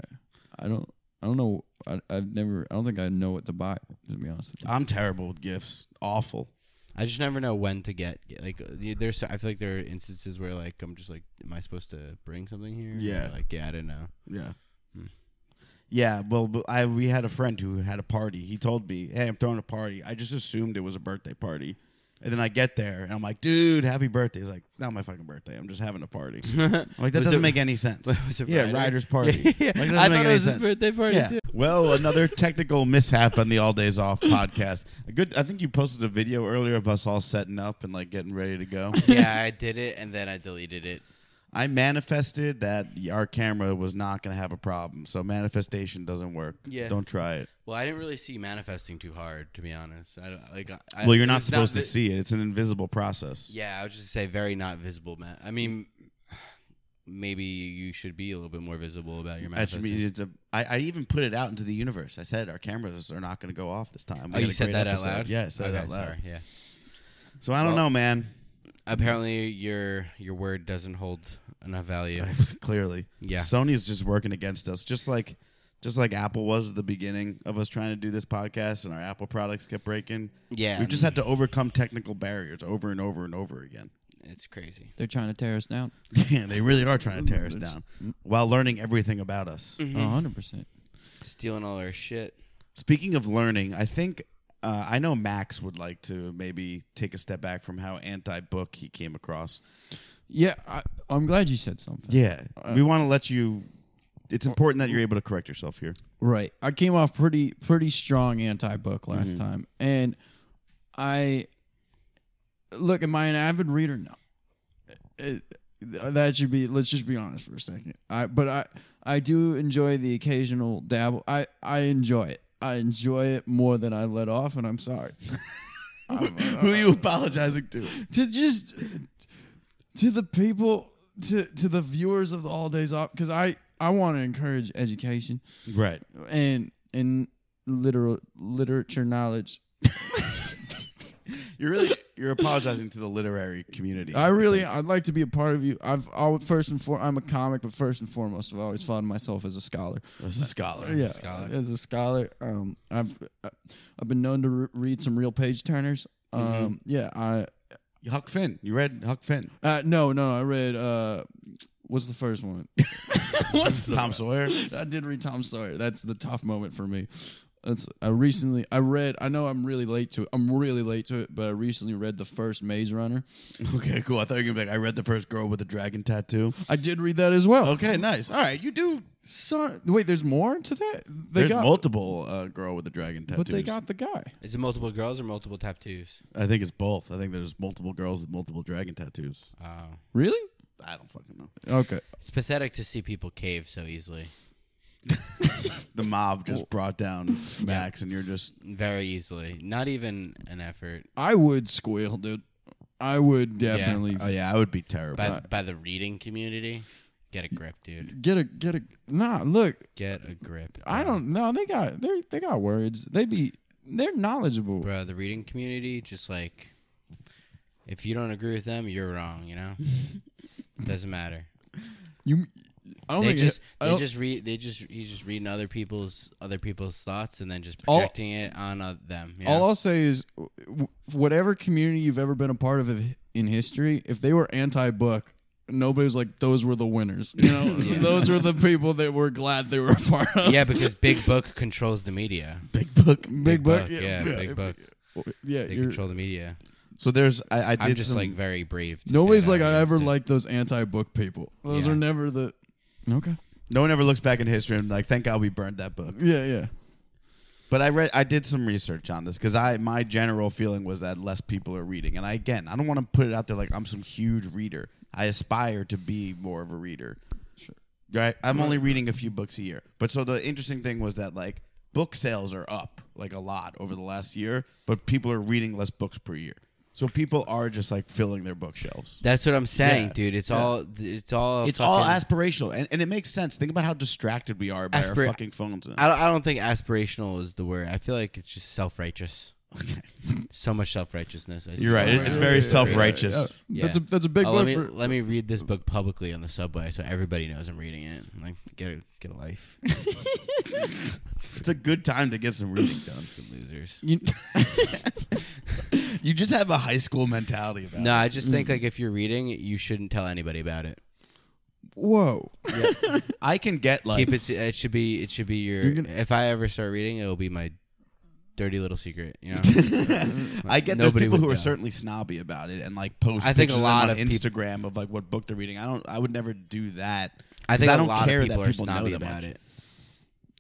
Speaker 3: I don't. I don't know. I, I've never. I don't think I know what to buy. To be honest, with you.
Speaker 1: I'm terrible with gifts. Awful.
Speaker 2: I just never know when to get like. you- There's I feel like there are instances where like I'm just like, am I supposed to bring something here?
Speaker 1: Yeah.
Speaker 2: Or, like yeah, I don't know.
Speaker 1: Yeah.
Speaker 2: Hmm.
Speaker 1: Yeah, well, but I we had a friend who had a party. He told me, "Hey, I'm throwing a party." I just assumed it was a birthday party, and then I get there and I'm like, "Dude, happy birthday!" He's like, "Not my fucking birthday. I'm just having a
Speaker 2: [LAUGHS]
Speaker 1: party." I'm like, "That
Speaker 2: Was
Speaker 1: doesn't
Speaker 2: it-
Speaker 1: make any sense."
Speaker 2: [LAUGHS] was it
Speaker 1: yeah,
Speaker 2: Ryder?
Speaker 1: Ryder's
Speaker 2: [LAUGHS]
Speaker 1: party. Like, that doesn't
Speaker 2: I
Speaker 1: make
Speaker 2: thought it
Speaker 1: any
Speaker 2: was
Speaker 1: sense.
Speaker 2: his birthday party
Speaker 1: Yeah.
Speaker 2: too.
Speaker 1: Well, another technical mishap on the All Days Off podcast. A good. I think you posted a video earlier of us all setting up and like getting ready to go.
Speaker 2: [LAUGHS] yeah, [LAUGHS] I did it and then I deleted it.
Speaker 1: I manifested that our camera was not going to have a problem. So manifestation doesn't work.
Speaker 2: Yeah.
Speaker 1: Don't try it.
Speaker 2: Well, I didn't really see manifesting too hard, to be honest. I don't, like, I,
Speaker 1: Well, you're
Speaker 2: it's
Speaker 1: not supposed to
Speaker 2: vi-
Speaker 1: see it. It's an invisible process.
Speaker 2: Yeah, I would just say very not visible. Man, I mean, maybe you should be a little bit more visible about your
Speaker 1: Actually, I,
Speaker 2: manifesting.
Speaker 1: mean, it's a- I- I even put it out into the universe. I said our cameras are not going to go off this time. We
Speaker 2: Oh,
Speaker 1: had
Speaker 2: you
Speaker 1: a
Speaker 2: said
Speaker 1: great
Speaker 2: that out
Speaker 1: episode.
Speaker 2: loud?
Speaker 1: Yeah, I said it
Speaker 2: Okay,
Speaker 1: out loud.
Speaker 2: Sorry, yeah.
Speaker 1: So I don't
Speaker 2: Well-
Speaker 1: know, man.
Speaker 2: Apparently, your your word doesn't hold enough value.
Speaker 1: [LAUGHS] Clearly,
Speaker 2: [LAUGHS]
Speaker 1: [LAUGHS]
Speaker 2: Yeah.
Speaker 1: Sony's just working against us, just like just like Apple was at the beginning of us trying to do this podcast, and our Apple products kept breaking.
Speaker 2: Yeah,
Speaker 1: We've just had to overcome technical barriers over and over and over again. [LAUGHS]
Speaker 2: It's crazy.
Speaker 3: they're trying to tear us down.
Speaker 1: Yeah, they really are trying to tear us down while learning everything about us.
Speaker 3: hundred percent.
Speaker 2: Stealing all our shit.
Speaker 1: Speaking of learning, I think uh, I know Max would like to maybe take a step back from how anti-book he came across.
Speaker 3: Yeah, I, I'm glad you said something.
Speaker 1: Yeah, we want to let you. It's important that you're able to correct yourself here.
Speaker 3: Right. I came off pretty pretty strong anti book last time. And I look, am I an avid reader? No. It- that should be let's just be honest for a second. I but I I do enjoy the occasional dabble. I I enjoy it. I enjoy it more than I let off and I'm sorry.
Speaker 1: Who are you apologizing to?
Speaker 3: to just to the people to to the viewers of the all days off cuz I I want to encourage education.
Speaker 1: Right.
Speaker 3: and and literal literature knowledge.
Speaker 1: You're really you're apologizing to the literary community.
Speaker 3: I really I'd like to be a part of you. I've I would first and for I'm a comic, but first and foremost, I've always thought of myself as a scholar.
Speaker 1: This is scholar.
Speaker 3: Yeah,
Speaker 2: scholar.
Speaker 3: as a scholar, um, I've I've been known to re- read some real page turners. Um, yeah, I
Speaker 1: Huck Finn. You read Huck
Speaker 3: [LAUGHS]
Speaker 1: Finn.
Speaker 3: uh, no no I read uh, what's the first one?
Speaker 1: Tom Sawyer.
Speaker 3: I did read Tom Sawyer. That's the tough moment for me. That's I recently I read. I know I'm really late to it. I'm really late to it, but I recently read the first Maze Runner.
Speaker 1: Okay, cool. I thought you were gonna be like, I read the first girl with a dragon tattoo.
Speaker 3: I did read that as well.
Speaker 1: Okay, nice. All right, you do.
Speaker 3: So wait, there's more to that. They
Speaker 1: There's
Speaker 3: got,
Speaker 1: multiple uh, girl with a dragon tattoos.
Speaker 3: but they got the guy.
Speaker 2: Is it multiple girls or multiple tattoos?
Speaker 1: I think it's both. I think there's multiple girls with multiple dragon tattoos.
Speaker 2: Oh.
Speaker 3: Really?
Speaker 1: I don't fucking know.
Speaker 3: Okay.
Speaker 2: It's pathetic to see people cave so easily.
Speaker 1: The mob just brought
Speaker 3: [LAUGHS]
Speaker 1: down Max, and you're just
Speaker 2: Very easily. Not even an effort.
Speaker 3: I would squeal, dude. I would definitely
Speaker 1: Oh yeah, I would be terrible.
Speaker 2: By, by the reading community, get a grip, dude.
Speaker 3: get a get a. Nah, look,
Speaker 2: Get a grip.
Speaker 3: I
Speaker 2: bro.
Speaker 3: don't know. They got they they got words. They be they're knowledgeable.
Speaker 2: Bro, the reading community, just like, if you don't agree with them, you're wrong, you
Speaker 3: [LAUGHS]
Speaker 2: know? Doesn't matter.
Speaker 3: You, I don't
Speaker 2: They
Speaker 3: think
Speaker 2: just
Speaker 3: it, I
Speaker 2: they
Speaker 3: don't-
Speaker 2: just read they just he's just reading other people's other people's thoughts and then just
Speaker 3: All-
Speaker 2: projecting it on uh, them. Yeah.
Speaker 3: All I'll say is, w- w- whatever community you've ever been a part of i- in history, if they were anti-book, nobody was like, "Those were the winners."
Speaker 2: [LAUGHS]
Speaker 3: You know, those were the people that were glad they were a part of.
Speaker 2: yeah, because Big Book controls the media.
Speaker 1: Big book.
Speaker 3: big, book.
Speaker 2: yeah, Big Book.
Speaker 3: Yeah,
Speaker 2: They
Speaker 3: you're-
Speaker 2: control the media.
Speaker 1: So there's I, I did
Speaker 2: I'm just
Speaker 1: some-
Speaker 2: like very brave. to say
Speaker 3: nobody's
Speaker 2: that
Speaker 3: like I
Speaker 2: I
Speaker 3: ever
Speaker 2: understand.
Speaker 3: liked those anti-book people. Those
Speaker 2: Yeah.
Speaker 3: are never the. Okay.
Speaker 1: no one ever looks back in history and like thank God we burned that book.
Speaker 3: Yeah, yeah.
Speaker 1: But I read I did some research on this because I my general feeling was that less people are reading. And I again I don't want to put it out there like I'm some huge reader. I aspire to be more of a reader.
Speaker 3: Sure.
Speaker 1: Right? I'm only reading a few books a year. But so the interesting thing was that like book sales are up like a lot over the last year, but people are reading less books per year. So people are just like filling their bookshelves.
Speaker 2: That's what I'm saying,
Speaker 1: Yeah.
Speaker 2: dude. It's all it's all
Speaker 1: It's all
Speaker 2: fucking-
Speaker 1: aspirational, and, and it makes sense. Think about how distracted we are by
Speaker 2: Aspira-
Speaker 1: our fucking phones.
Speaker 2: I don't, I don't think aspirational is the word. I feel like it's just self righteous.
Speaker 1: Okay.
Speaker 2: [LAUGHS] So much self righteousness.
Speaker 1: You're right. It- It's very self-righteous.
Speaker 3: Yeah. That's a that's a big
Speaker 2: Oh, let
Speaker 3: book
Speaker 2: me
Speaker 3: for
Speaker 2: let me read this book publicly on the subway so everybody knows I'm reading it. I'm like get a get
Speaker 1: [LAUGHS]
Speaker 2: a life,
Speaker 1: It's a good time to get some reading done.
Speaker 2: Fucking losers.
Speaker 3: you.
Speaker 1: [LAUGHS]
Speaker 3: [LAUGHS]
Speaker 1: You just have a high school mentality about
Speaker 2: No,
Speaker 1: it.
Speaker 2: I just think like if you're reading, you shouldn't tell anybody about it.
Speaker 3: Whoa.
Speaker 1: I can get like
Speaker 2: Keep it. It should be. It should be your.
Speaker 3: You're gonna-
Speaker 2: if I ever start reading, it will be my dirty little secret.
Speaker 1: [LAUGHS]
Speaker 2: You know.
Speaker 1: I get there's
Speaker 2: Nobody
Speaker 1: people
Speaker 2: would
Speaker 1: who are
Speaker 2: know.
Speaker 1: certainly snobby about it and like post.
Speaker 2: I think
Speaker 1: pictures
Speaker 2: a
Speaker 1: of them
Speaker 2: lot
Speaker 1: on
Speaker 2: of peop-
Speaker 1: Instagram of like what book they're reading. I don't. I would never do that.
Speaker 2: I
Speaker 1: 'Cause
Speaker 2: think
Speaker 1: I
Speaker 2: a
Speaker 1: don't
Speaker 2: lot
Speaker 1: care
Speaker 2: of people
Speaker 1: that
Speaker 2: are
Speaker 1: people know
Speaker 2: snobby
Speaker 1: that
Speaker 2: about
Speaker 1: much.
Speaker 2: it.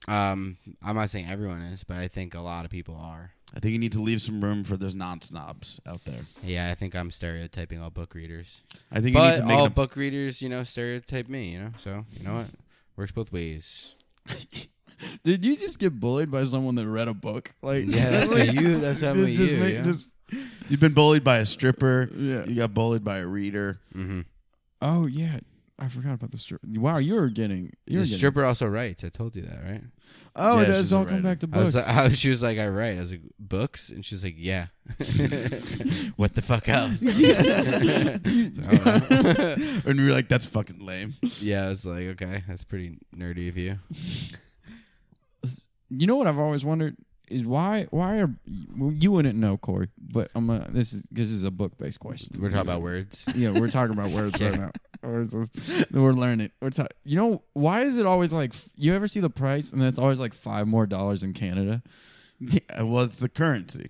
Speaker 2: Um, I'm not saying everyone is, but I think a lot of people are.
Speaker 1: I think you need to leave some room for those non-snobs out there.
Speaker 2: Yeah, I think I'm stereotyping all book readers.
Speaker 1: I think you need
Speaker 2: But
Speaker 1: to make
Speaker 2: all
Speaker 1: it a-
Speaker 2: book readers, you know, stereotype me. You know, so you know what works both ways.
Speaker 3: Did you just get bullied by someone that read a book? [LAUGHS] Like
Speaker 2: Yeah,
Speaker 1: [LAUGHS]
Speaker 2: that's what you. That's what I'm
Speaker 3: It
Speaker 2: with
Speaker 3: just
Speaker 2: you.
Speaker 3: make-
Speaker 2: yeah.
Speaker 3: just-
Speaker 1: You've been bullied by a stripper.
Speaker 3: Yeah.
Speaker 1: You got bullied by a reader.
Speaker 2: Mhm.
Speaker 3: oh yeah, I forgot about the stripper. Wow, you're getting you're
Speaker 2: The
Speaker 3: getting.
Speaker 2: stripper also writes. I told you that, right?
Speaker 3: Oh,
Speaker 1: Yeah,
Speaker 3: it does
Speaker 1: she's a
Speaker 3: all come
Speaker 1: writer.
Speaker 3: back to
Speaker 2: I was
Speaker 3: books.
Speaker 2: like, [LAUGHS] I was- she was like, I write. I was like, books, and she's like, yeah. [LAUGHS] what the fuck
Speaker 1: [LAUGHS]
Speaker 2: else? [LAUGHS] So, I don't know. [LAUGHS]
Speaker 1: And you're like, that's fucking lame.
Speaker 2: yeah, I was like, okay, that's pretty nerdy of you.
Speaker 3: you know what I've always wondered is why why are well, you wouldn't know Corey, but I'm a, this is this is a book based question.
Speaker 2: We're talking about [LAUGHS] words.
Speaker 3: yeah, we're talking
Speaker 2: [LAUGHS]
Speaker 3: about words right now. Words are- we're learning. We're ta- you know why is it always like f- you ever see the price and then it's always like five more dollars in Canada?
Speaker 1: Yeah, well, it's the currency.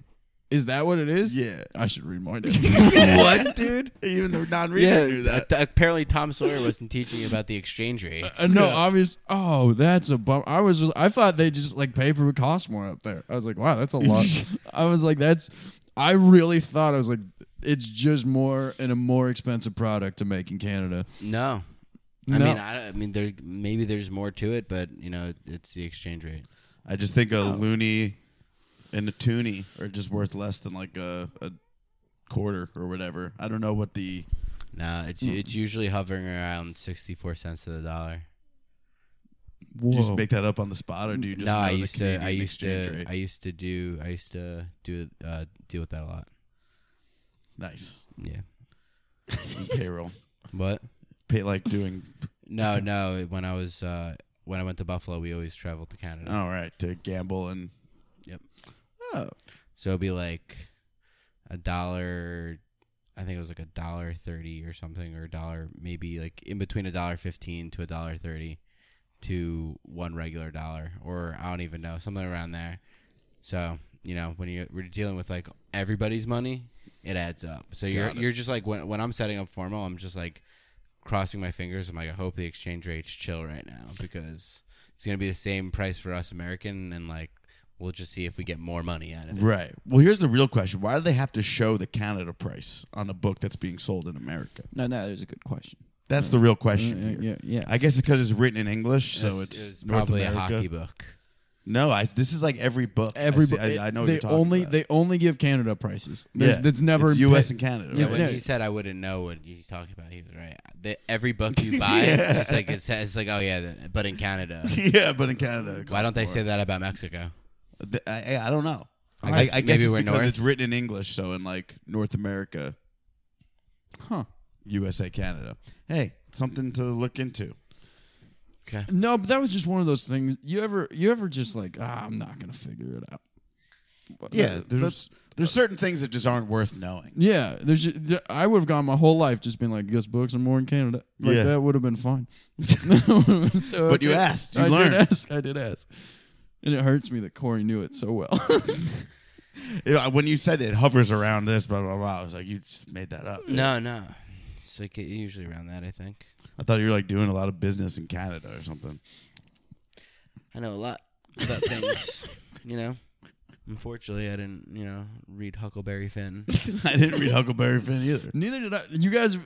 Speaker 3: Is that what it
Speaker 2: [LAUGHS]
Speaker 3: is?
Speaker 1: Yeah.
Speaker 3: I should read more. [LAUGHS]
Speaker 1: what, dude? Even the non-reader knew that.
Speaker 2: Uh, apparently Tom Sawyer wasn't teaching about the exchange rates.
Speaker 3: Uh, no, obvious. Oh, that's a bummer. I was. Just, I thought they just like paper would cost more up there. I was like, wow, that's
Speaker 1: [LAUGHS]
Speaker 3: a lot. I was like, that's. I really thought I was like, it's just more and a more expensive product to make in Canada.
Speaker 2: No. I
Speaker 3: No.
Speaker 2: mean, I, I mean, there maybe there's more to it, but you know, it's the exchange rate.
Speaker 1: I just think
Speaker 2: Oh.
Speaker 1: a loony and a toonie are just worth less than like a, a quarter or whatever. I don't know what the
Speaker 2: No, it's
Speaker 1: Hmm.
Speaker 2: it's usually hovering around sixty four cents to the dollar.
Speaker 1: you just
Speaker 3: Whoa.
Speaker 1: make that up on the spot or do you just
Speaker 2: no,
Speaker 1: know
Speaker 2: I
Speaker 1: the
Speaker 2: used to,
Speaker 1: Canadian
Speaker 2: I used
Speaker 1: exchange
Speaker 2: to,
Speaker 1: rate?
Speaker 2: I used to do, I used to do uh, deal with that a lot.
Speaker 1: nice
Speaker 2: Yeah.
Speaker 1: payroll [LAUGHS]
Speaker 2: What?
Speaker 1: pay like doing
Speaker 2: No, no. When I was uh, when I went to Buffalo, we always traveled to Canada.
Speaker 1: [LAUGHS] all right to gamble and
Speaker 3: Oh,
Speaker 2: So it'd be like a dollar. I think it was like a dollar thirty or something, or a dollar maybe like in between a dollar fifteen to a dollar thirty to one regular dollar, or I don't even know, something around there. So you know when you- you're dealing with like everybody's money, it adds up. So you're
Speaker 1: Got it.
Speaker 2: you're just like when when I'm setting up formal, I'm just like crossing my fingers. I'm like I hope the exchange rate's chill right now because it's gonna be the same price for us American and like we'll just see if we get more money out of it.
Speaker 1: Right. Well, here's the real question: Why do they have to show the Canada price on a book that's being sold in America?
Speaker 3: No, that is a good question.
Speaker 1: That's the real
Speaker 3: Yeah,
Speaker 1: question.
Speaker 3: yeah,
Speaker 1: here.
Speaker 3: yeah, yeah.
Speaker 1: I guess it's because it's written in English,
Speaker 2: This
Speaker 1: so it's,
Speaker 2: is
Speaker 1: North
Speaker 2: probably
Speaker 1: America.
Speaker 2: a hockey book.
Speaker 1: No, I, this is like every book. I
Speaker 3: Every
Speaker 1: see-
Speaker 3: bu-
Speaker 1: I, I know what
Speaker 3: they
Speaker 1: you're talking
Speaker 3: only
Speaker 1: about.
Speaker 3: they only give Canada prices.
Speaker 1: yeah,
Speaker 3: There's- That's never
Speaker 1: it's
Speaker 3: in
Speaker 1: U.S.
Speaker 3: pay-
Speaker 1: and Canada.
Speaker 3: Yeah,
Speaker 1: right?
Speaker 2: when
Speaker 3: no.
Speaker 2: he said I wouldn't know what he's talking about, he was right. The, every
Speaker 1: [LAUGHS]
Speaker 2: book you buy, it's just like it says, like oh yeah, the- but in
Speaker 1: [LAUGHS]
Speaker 2: Canada,
Speaker 1: yeah, but in Canada, it
Speaker 2: why
Speaker 1: costs
Speaker 2: don't they
Speaker 1: more.
Speaker 2: say that about Mexico?
Speaker 1: Th- I, I- I don't know.
Speaker 2: I
Speaker 1: I,
Speaker 2: guess
Speaker 1: I guess
Speaker 2: maybe
Speaker 1: it's
Speaker 2: we're
Speaker 1: because
Speaker 2: north.
Speaker 1: it's written in English, so in like North America,
Speaker 3: Huh.
Speaker 1: USA, Canada. Hey, something to look into.
Speaker 2: Okay.
Speaker 3: No, but that was just one of those things. You ever you ever just like ah, I'm not gonna figure it out. But-
Speaker 1: Yeah,
Speaker 3: but-
Speaker 1: Uh, there's there's certain things that just aren't worth knowing.
Speaker 3: yeah. There's ju- there- I would have gone my whole life just been like, guess books are more in Canada. Like
Speaker 1: Yeah.
Speaker 3: that would have been fine.
Speaker 1: [LAUGHS]
Speaker 3: [LAUGHS] so
Speaker 1: But you
Speaker 3: I did-
Speaker 1: asked, you
Speaker 3: I
Speaker 1: learned.
Speaker 3: Did ask, I did ask, and it hurts me that Corey knew it so well. [LAUGHS]
Speaker 1: Yeah, When you said it hovers around this, blah blah blah, I was like, you just made that up.
Speaker 2: No, no. It's like usually around that. I think
Speaker 1: I thought you were like doing a lot of business in Canada or something. [LAUGHS]
Speaker 2: I know a lot about things. You know, unfortunately, I didn't. You know, read
Speaker 1: [LAUGHS]
Speaker 2: Huckleberry Finn.
Speaker 1: I didn't read Huckleberry Finn either.
Speaker 3: Neither did I. You guys,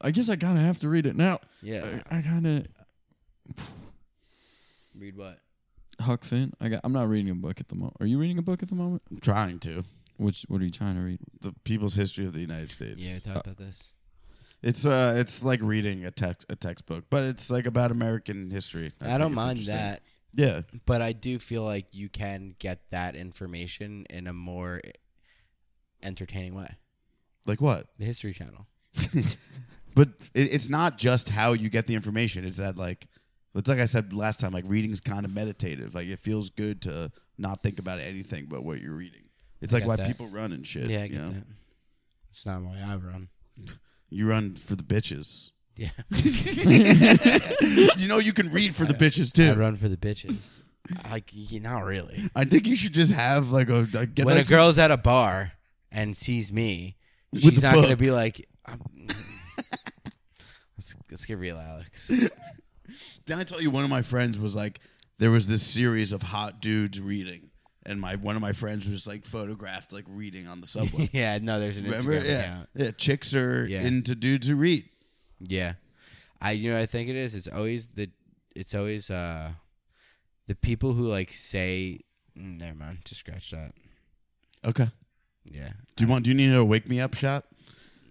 Speaker 3: I guess I kind of have to read it now.
Speaker 2: Yeah,
Speaker 3: I, I kind of
Speaker 2: read what?
Speaker 3: Huck Finn. I got. I'm not reading a book at the moment. Are you reading a book at the moment?
Speaker 1: I'm trying to.
Speaker 3: Which what are you trying to read?
Speaker 1: The People's History of the United States.
Speaker 2: Yeah, we talked about this.
Speaker 1: It's uh, it's like reading a text a textbook, but it's like about American history.
Speaker 2: I,
Speaker 1: think
Speaker 2: don't
Speaker 1: it's
Speaker 2: mind
Speaker 1: interesting.
Speaker 2: that,
Speaker 1: Yeah,
Speaker 2: but I do feel like you can get that information in a more entertaining way.
Speaker 1: like what?
Speaker 2: The History Channel.
Speaker 1: But it, it's not just how you get the information. It's that like it's like I said last time. Like reading's kind of meditative. Like it feels good to not think about anything but what you're reading. It's like
Speaker 2: get
Speaker 1: why
Speaker 2: that.
Speaker 1: people run and shit.
Speaker 2: Yeah, I
Speaker 1: you
Speaker 2: get
Speaker 1: know?
Speaker 2: that. It's not why I run.
Speaker 1: You run for the bitches.
Speaker 2: [LAUGHS] Yeah,
Speaker 1: you know you can read for the bitches
Speaker 2: I
Speaker 1: too.
Speaker 2: run for the bitches. Like, y- not really.
Speaker 1: I think you should just have like a like, get
Speaker 2: when
Speaker 1: like
Speaker 2: a
Speaker 1: some-
Speaker 2: girl's at a bar and sees me,
Speaker 1: With
Speaker 2: she's
Speaker 1: the
Speaker 2: not going to
Speaker 1: book.
Speaker 2: be like,
Speaker 1: [LAUGHS]
Speaker 2: I'm- [LAUGHS] let's, let's get real, Alex.
Speaker 1: Then I told you one of my friends was like, there was this series of hot dudes reading, and my one of my friends was like photographed like reading on the subway.
Speaker 2: [LAUGHS] yeah, no, there's an
Speaker 1: Remember?
Speaker 2: Instagram
Speaker 1: Yeah.
Speaker 2: account.
Speaker 1: yeah, chicks are
Speaker 2: Yeah.
Speaker 1: into dudes who read.
Speaker 2: Yeah, I you know what I think it is. It's always the it's always uh the people who like say mm, never mind. Just scratch that.
Speaker 1: Okay.
Speaker 2: Yeah,
Speaker 1: Do you want? Do you need a wake me up shot?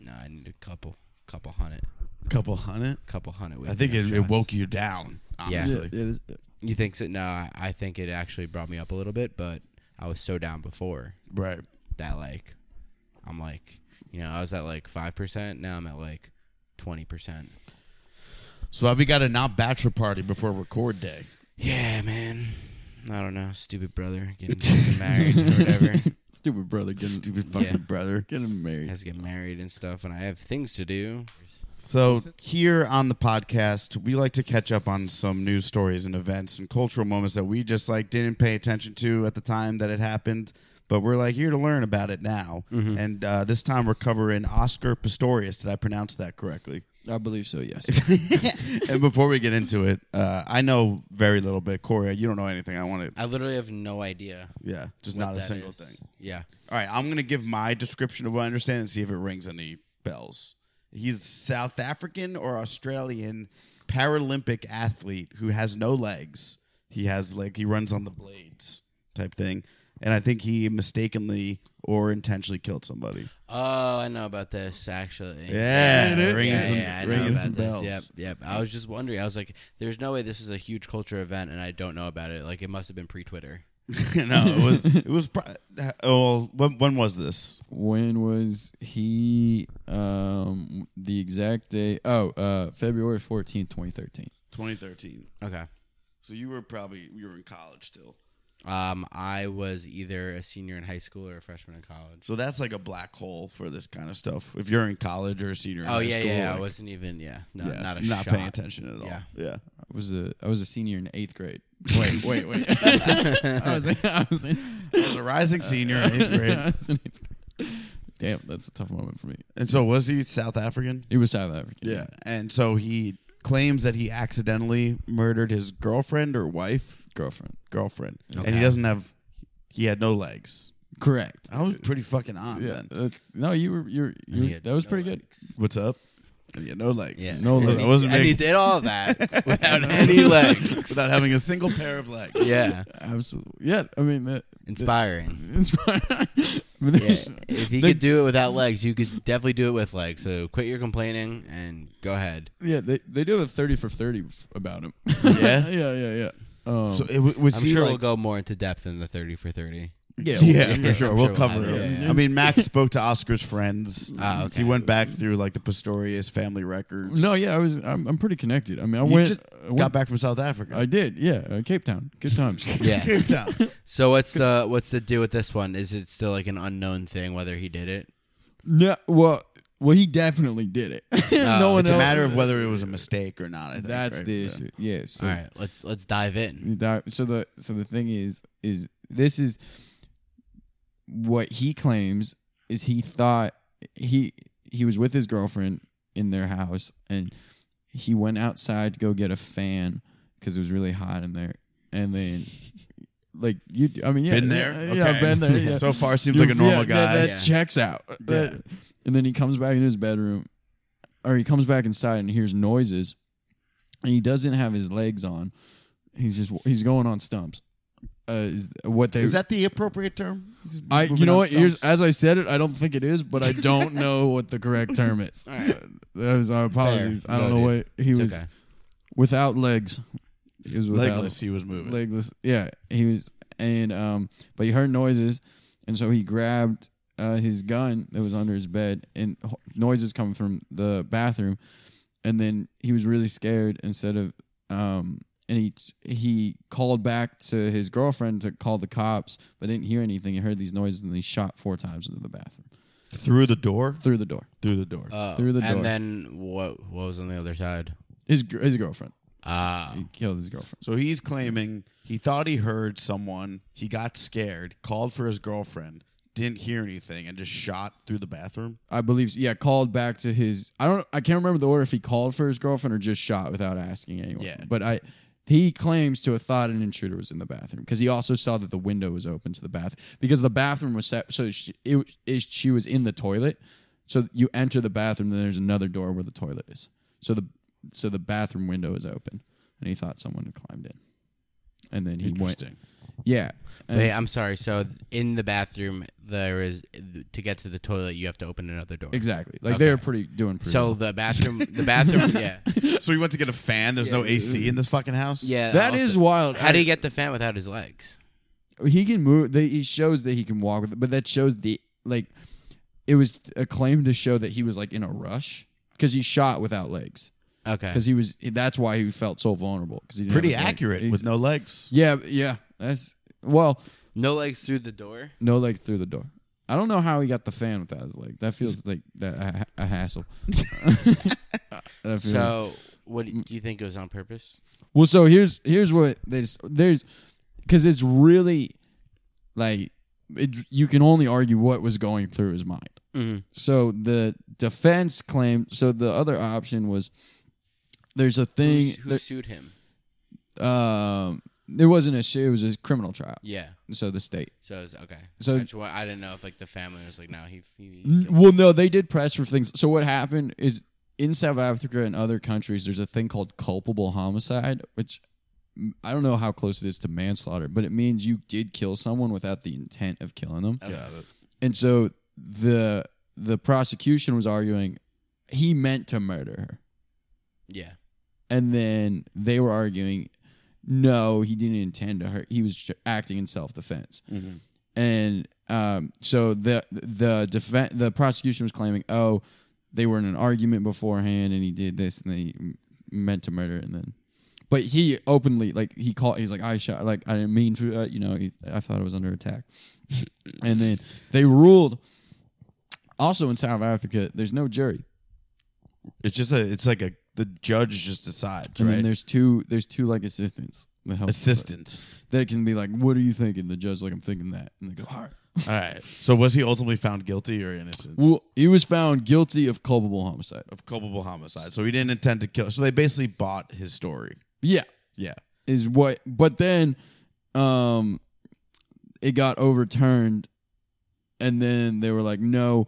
Speaker 2: no, I need a couple, couple hundred,
Speaker 1: Couple hundred.
Speaker 2: couple hundred.
Speaker 1: I think it, it woke you down.
Speaker 2: Yeah.
Speaker 1: Honestly.
Speaker 3: Yeah, this-
Speaker 2: You think so? No, I, I think it actually brought me up a little bit, but I was so down before.
Speaker 1: Right.
Speaker 2: that like I'm like you know, I was at like five percent, now I'm at like twenty percent.
Speaker 1: So why we got a not bachelor party before record day?
Speaker 2: Yeah, man. I don't know, stupid brother
Speaker 1: [LAUGHS]
Speaker 2: getting fucking married or whatever.
Speaker 3: stupid brother getting stupid
Speaker 2: fucking
Speaker 1: brother.
Speaker 3: getting married.
Speaker 2: Has to get married and stuff and I have things to do.
Speaker 1: So here on the podcast, we like to catch up on some news stories and events and cultural moments that we just like didn't pay attention to at the time that it happened, but we're like here to learn about it now. And uh, this time we're covering Oscar Pistorius. Did I pronounce that correctly?
Speaker 3: I believe so. Yes.
Speaker 1: [LAUGHS] and before we get into it, uh, I know very little bit. Corey, you don't know anything. I want to,
Speaker 2: I literally have no idea.
Speaker 1: yeah, just
Speaker 2: what
Speaker 1: not a
Speaker 2: that
Speaker 1: single
Speaker 2: is.
Speaker 1: thing.
Speaker 2: Yeah.
Speaker 1: All right, I'm going to give my description of what I understand and see if it rings any bells. He's South African or Australian Paralympic athlete who has no legs. He has like he runs on the blades type thing, and I think he mistakenly or intentionally killed somebody. [LAUGHS]
Speaker 2: Oh, I know about this actually.
Speaker 1: Yeah,
Speaker 3: dude.
Speaker 1: ringing
Speaker 2: yeah,
Speaker 1: some,
Speaker 2: yeah, I know
Speaker 1: ringing
Speaker 2: about
Speaker 1: some
Speaker 2: this.
Speaker 1: bells.
Speaker 2: Yep, yep. I was just wondering. I was like, "There's no way this is a huge culture event, and I don't know about it. Like, it must have been pre-Twitter."
Speaker 1: no, it was it was. Pro- oh, when, when was this?
Speaker 3: when was he? Um, the exact day. Oh, uh, February fourteenth, twenty thirteen.
Speaker 1: 2013.
Speaker 2: Okay.
Speaker 1: So you were probably you were in college still.
Speaker 2: Um, I was either a senior in high school or a freshman in college.
Speaker 1: So that's like a black hole for this kind of stuff. If you're in college or a senior, in
Speaker 2: Oh
Speaker 1: high
Speaker 2: yeah,
Speaker 1: school,
Speaker 2: yeah.
Speaker 1: like-
Speaker 2: I wasn't even yeah, no,
Speaker 1: Yeah,
Speaker 2: not a
Speaker 1: not
Speaker 2: shot.
Speaker 1: paying attention at all.
Speaker 2: Yeah.
Speaker 1: Yeah.
Speaker 3: was a I was a senior in eighth grade. Wait,
Speaker 2: [LAUGHS]
Speaker 3: wait, wait. I was in, I was in,
Speaker 1: As a
Speaker 2: Uh,
Speaker 1: rising senior in
Speaker 2: [LAUGHS]
Speaker 1: eighth grade.
Speaker 3: [LAUGHS] I was in eighth grade. Damn, that's a tough moment for me.
Speaker 1: And so was he South African?
Speaker 3: It was South African.
Speaker 1: Yeah. And so he claims that he accidentally murdered his girlfriend or wife,
Speaker 3: girlfriend.
Speaker 1: girlfriend. And he
Speaker 2: Okay.
Speaker 1: doesn't have he had no legs.
Speaker 3: Correct.
Speaker 1: I was pretty fucking on
Speaker 3: Yeah,
Speaker 1: then.
Speaker 3: that's, no, you were you're,
Speaker 2: And he
Speaker 3: you
Speaker 2: had
Speaker 3: that was
Speaker 2: no
Speaker 3: pretty good.
Speaker 2: legs.
Speaker 1: What's up? And he had no legs.
Speaker 2: Yeah. [LAUGHS]
Speaker 3: No
Speaker 1: I
Speaker 3: legs.
Speaker 1: wasn't
Speaker 2: And he
Speaker 1: big
Speaker 2: did
Speaker 1: [LAUGHS]
Speaker 2: all that without any legs.
Speaker 1: without having a single pair of legs.
Speaker 2: Yeah.
Speaker 3: Absolutely. Yeah, I mean that
Speaker 2: Inspiring.
Speaker 3: inspiring. [LAUGHS] but there's-
Speaker 2: If he
Speaker 3: the-
Speaker 2: could do it without legs, you could definitely do it with legs. So quit your complaining and go ahead.
Speaker 3: [LAUGHS] yeah, they they do have a thirty for thirty f- about him.
Speaker 1: Yeah?
Speaker 3: [LAUGHS] yeah, yeah, yeah. Um,
Speaker 1: So it w- was
Speaker 2: I'm
Speaker 1: he
Speaker 2: sure
Speaker 1: like,
Speaker 2: we'll go more into depth in the 30 for 30.
Speaker 3: yeah,
Speaker 1: Yeah,
Speaker 3: well,
Speaker 1: for sure.
Speaker 2: I'm
Speaker 1: We'll
Speaker 2: sure
Speaker 1: cover
Speaker 2: we'll
Speaker 1: it.
Speaker 2: have it,
Speaker 3: yeah.
Speaker 1: I mean, Max spoke to Oscar's friends.
Speaker 2: Ah, okay.
Speaker 1: He went back through like the Pistorius family records.
Speaker 3: No, yeah, I was. I'm, I'm pretty connected. I mean, I
Speaker 1: you
Speaker 3: went.
Speaker 1: just
Speaker 3: I
Speaker 1: got
Speaker 3: went-
Speaker 1: back from South Africa.
Speaker 3: I did. Yeah, uh, Cape Town. Good
Speaker 1: [LAUGHS]
Speaker 3: times.
Speaker 2: [LAUGHS]
Speaker 3: [LAUGHS]
Speaker 2: Yeah.
Speaker 1: Cape Town.
Speaker 2: so what's the what's the do with this one? Is it still like an unknown thing whether he did it?
Speaker 3: no, well, well, he definitely did it. [LAUGHS] no
Speaker 2: Oh,
Speaker 3: one
Speaker 1: Uh, It's a
Speaker 3: else.
Speaker 1: matter of whether it was a mistake or not. I think,
Speaker 3: That's
Speaker 1: right?
Speaker 3: the
Speaker 1: Yeah.
Speaker 3: issue. Yeah. So
Speaker 2: All right, let's let's dive in.
Speaker 3: That, so the so the thing is is this is what he claims is he thought he he was with his girlfriend in their house and he went outside to go get a fan because it was really hot in there and then like you I mean yeah
Speaker 1: Been there?
Speaker 3: yeah, yeah,
Speaker 1: Okay. [LAUGHS]
Speaker 3: been there yeah.
Speaker 1: so far, seems
Speaker 3: You-
Speaker 1: like a normal
Speaker 3: yeah,
Speaker 1: guy.
Speaker 3: that, that checks out That- and then he comes back in his bedroom or he comes back inside and hears noises and he doesn't have his legs on he's just he's going on stumps uh, is what they
Speaker 1: Is that the appropriate term?
Speaker 3: I
Speaker 1: moving
Speaker 3: you know
Speaker 1: on
Speaker 3: what here's,
Speaker 1: stumps?
Speaker 3: as I said it I don't think it is but I
Speaker 1: [LAUGHS]
Speaker 3: don't know what the correct term is
Speaker 2: All right.
Speaker 3: that was our apologies I don't know what
Speaker 2: Noted.
Speaker 3: he
Speaker 2: It's
Speaker 3: was
Speaker 2: okay.
Speaker 3: without legs he was without
Speaker 1: Legless, he was moving.
Speaker 3: legless. Yeah, he was, and um, but he heard noises, and so he grabbed uh, his gun that was under his bed, and ho- noises coming from the bathroom, and then he was really scared. Instead of um, and he he called back to his girlfriend to call the cops, but didn't hear anything. He heard these noises, and he shot four times into the bathroom
Speaker 1: Through the door?
Speaker 3: through the door.
Speaker 1: Through the door.
Speaker 2: Oh,
Speaker 3: Through the door.
Speaker 2: And then what what was on the other side?
Speaker 3: His gr- his girlfriend.
Speaker 2: Ah.
Speaker 3: He killed his girlfriend.
Speaker 1: So he's claiming he thought he heard someone. He got scared, called for his girlfriend, didn't hear anything, and just shot through the bathroom.
Speaker 3: I believe, yeah, called back to his. I don't. I can't remember the order if he called for his girlfriend or just shot without asking anyone.
Speaker 1: Yeah.
Speaker 3: But I, he claims to have thought an intruder was in the bathroom because he also saw that the window was open to the bath because the bathroom was set. So she, it, was- is she was in the toilet. So you enter the bathroom, then there's another door where the toilet is. So the so the bathroom window is open, and he thought someone had climbed in, and then he went.
Speaker 1: Interesting.
Speaker 3: Yeah. And
Speaker 2: Wait,
Speaker 3: it's-
Speaker 2: I'm sorry. So in the bathroom, there is to get to the toilet, you have to open another door.
Speaker 3: exactly. Like they
Speaker 2: Okay.
Speaker 3: were pretty doing pretty.
Speaker 2: So
Speaker 3: well.
Speaker 2: the bathroom, the
Speaker 3: [LAUGHS]
Speaker 2: bathroom, yeah,
Speaker 1: So he went to get a fan. There's no AC in this fucking house.
Speaker 2: yeah.
Speaker 3: that is wild.
Speaker 2: How do you get the fan without his legs?
Speaker 3: he can move. They, he shows that he can walk with it, but that shows the like. It was a claim to show that he was like in a rush because he shot without legs
Speaker 2: Okay.
Speaker 3: because he was. That's why he felt so vulnerable because he didn't
Speaker 1: Pretty
Speaker 3: have his leg.
Speaker 1: accurate
Speaker 3: He's-
Speaker 1: with no legs.
Speaker 3: yeah, yeah. That's well,
Speaker 2: No legs through the door.
Speaker 3: no legs through the door. I don't know how he got the fan without his leg. That feels like that a, ha-
Speaker 1: [LAUGHS]
Speaker 3: a hassle. That feels-
Speaker 2: So, what do you think it was on purpose?
Speaker 3: Well, so here's here's what there's there's because it's really like it, you can only argue what was going through his mind.
Speaker 2: Mhm.
Speaker 3: So the defense claimed. So the other option was there's a thing.
Speaker 2: Who's- Who, sued him?
Speaker 3: there- um, it wasn't a shit. It was a criminal trial.
Speaker 2: Yeah.
Speaker 3: So the state.
Speaker 2: So it's okay.
Speaker 3: So-
Speaker 2: I, just wa- I didn't know if like the family was like, no, he. he,
Speaker 3: N-
Speaker 2: he
Speaker 3: Mm, Well, no, they did press for things. So what happened is in South Africa and other countries, there's a thing called culpable homicide, which mm, I don't know how close it is to manslaughter, but it means you did kill someone without the intent of killing them.
Speaker 2: Okay.
Speaker 3: And so the the prosecution was arguing he meant to murder her.
Speaker 2: Yeah.
Speaker 3: And then they were arguing, no, he didn't intend to hurt. He was ju- acting in self defense.
Speaker 2: Mm-hmm.
Speaker 3: And um, so the the defen the prosecution was claiming, oh, they were in an argument beforehand, and he did this, and they m- meant to murder, and then. But he openly, like, he called. He's like, "I shot, like, I didn't mean to, uh, you know. He, I thought it was under attack." and then they ruled. Also in South Africa, there's no jury.
Speaker 1: It's just a. It's like a the judge just decides,
Speaker 3: And
Speaker 1: right?
Speaker 3: then there's two there's two like assistants that help
Speaker 1: Assistants.
Speaker 3: that can be like, "What are you thinking?" The judge like, "I'm thinking that," and they go, "All right."
Speaker 1: All right. So was he ultimately found guilty or innocent
Speaker 3: Well, he was found guilty of culpable homicide.
Speaker 1: of culpable homicide? So he didn't intend to kill. So they basically bought his story. [LAUGHS]
Speaker 3: Yeah,
Speaker 1: Yeah.
Speaker 3: is what. But then, um, it got overturned, and then they were like, "No,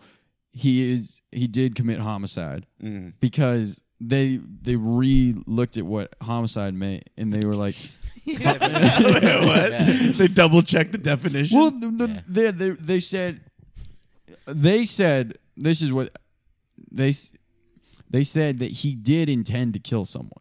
Speaker 3: he is he did commit homicide
Speaker 2: Mm-hmm. [LAUGHS]
Speaker 1: Mm.
Speaker 3: because." They they re looked at what homicide meant and they were like,
Speaker 1: what? They double checked the definition.
Speaker 3: well, the, the, they, they they said they said this is what they s- they said that he did intend to kill someone. [LAUGHS]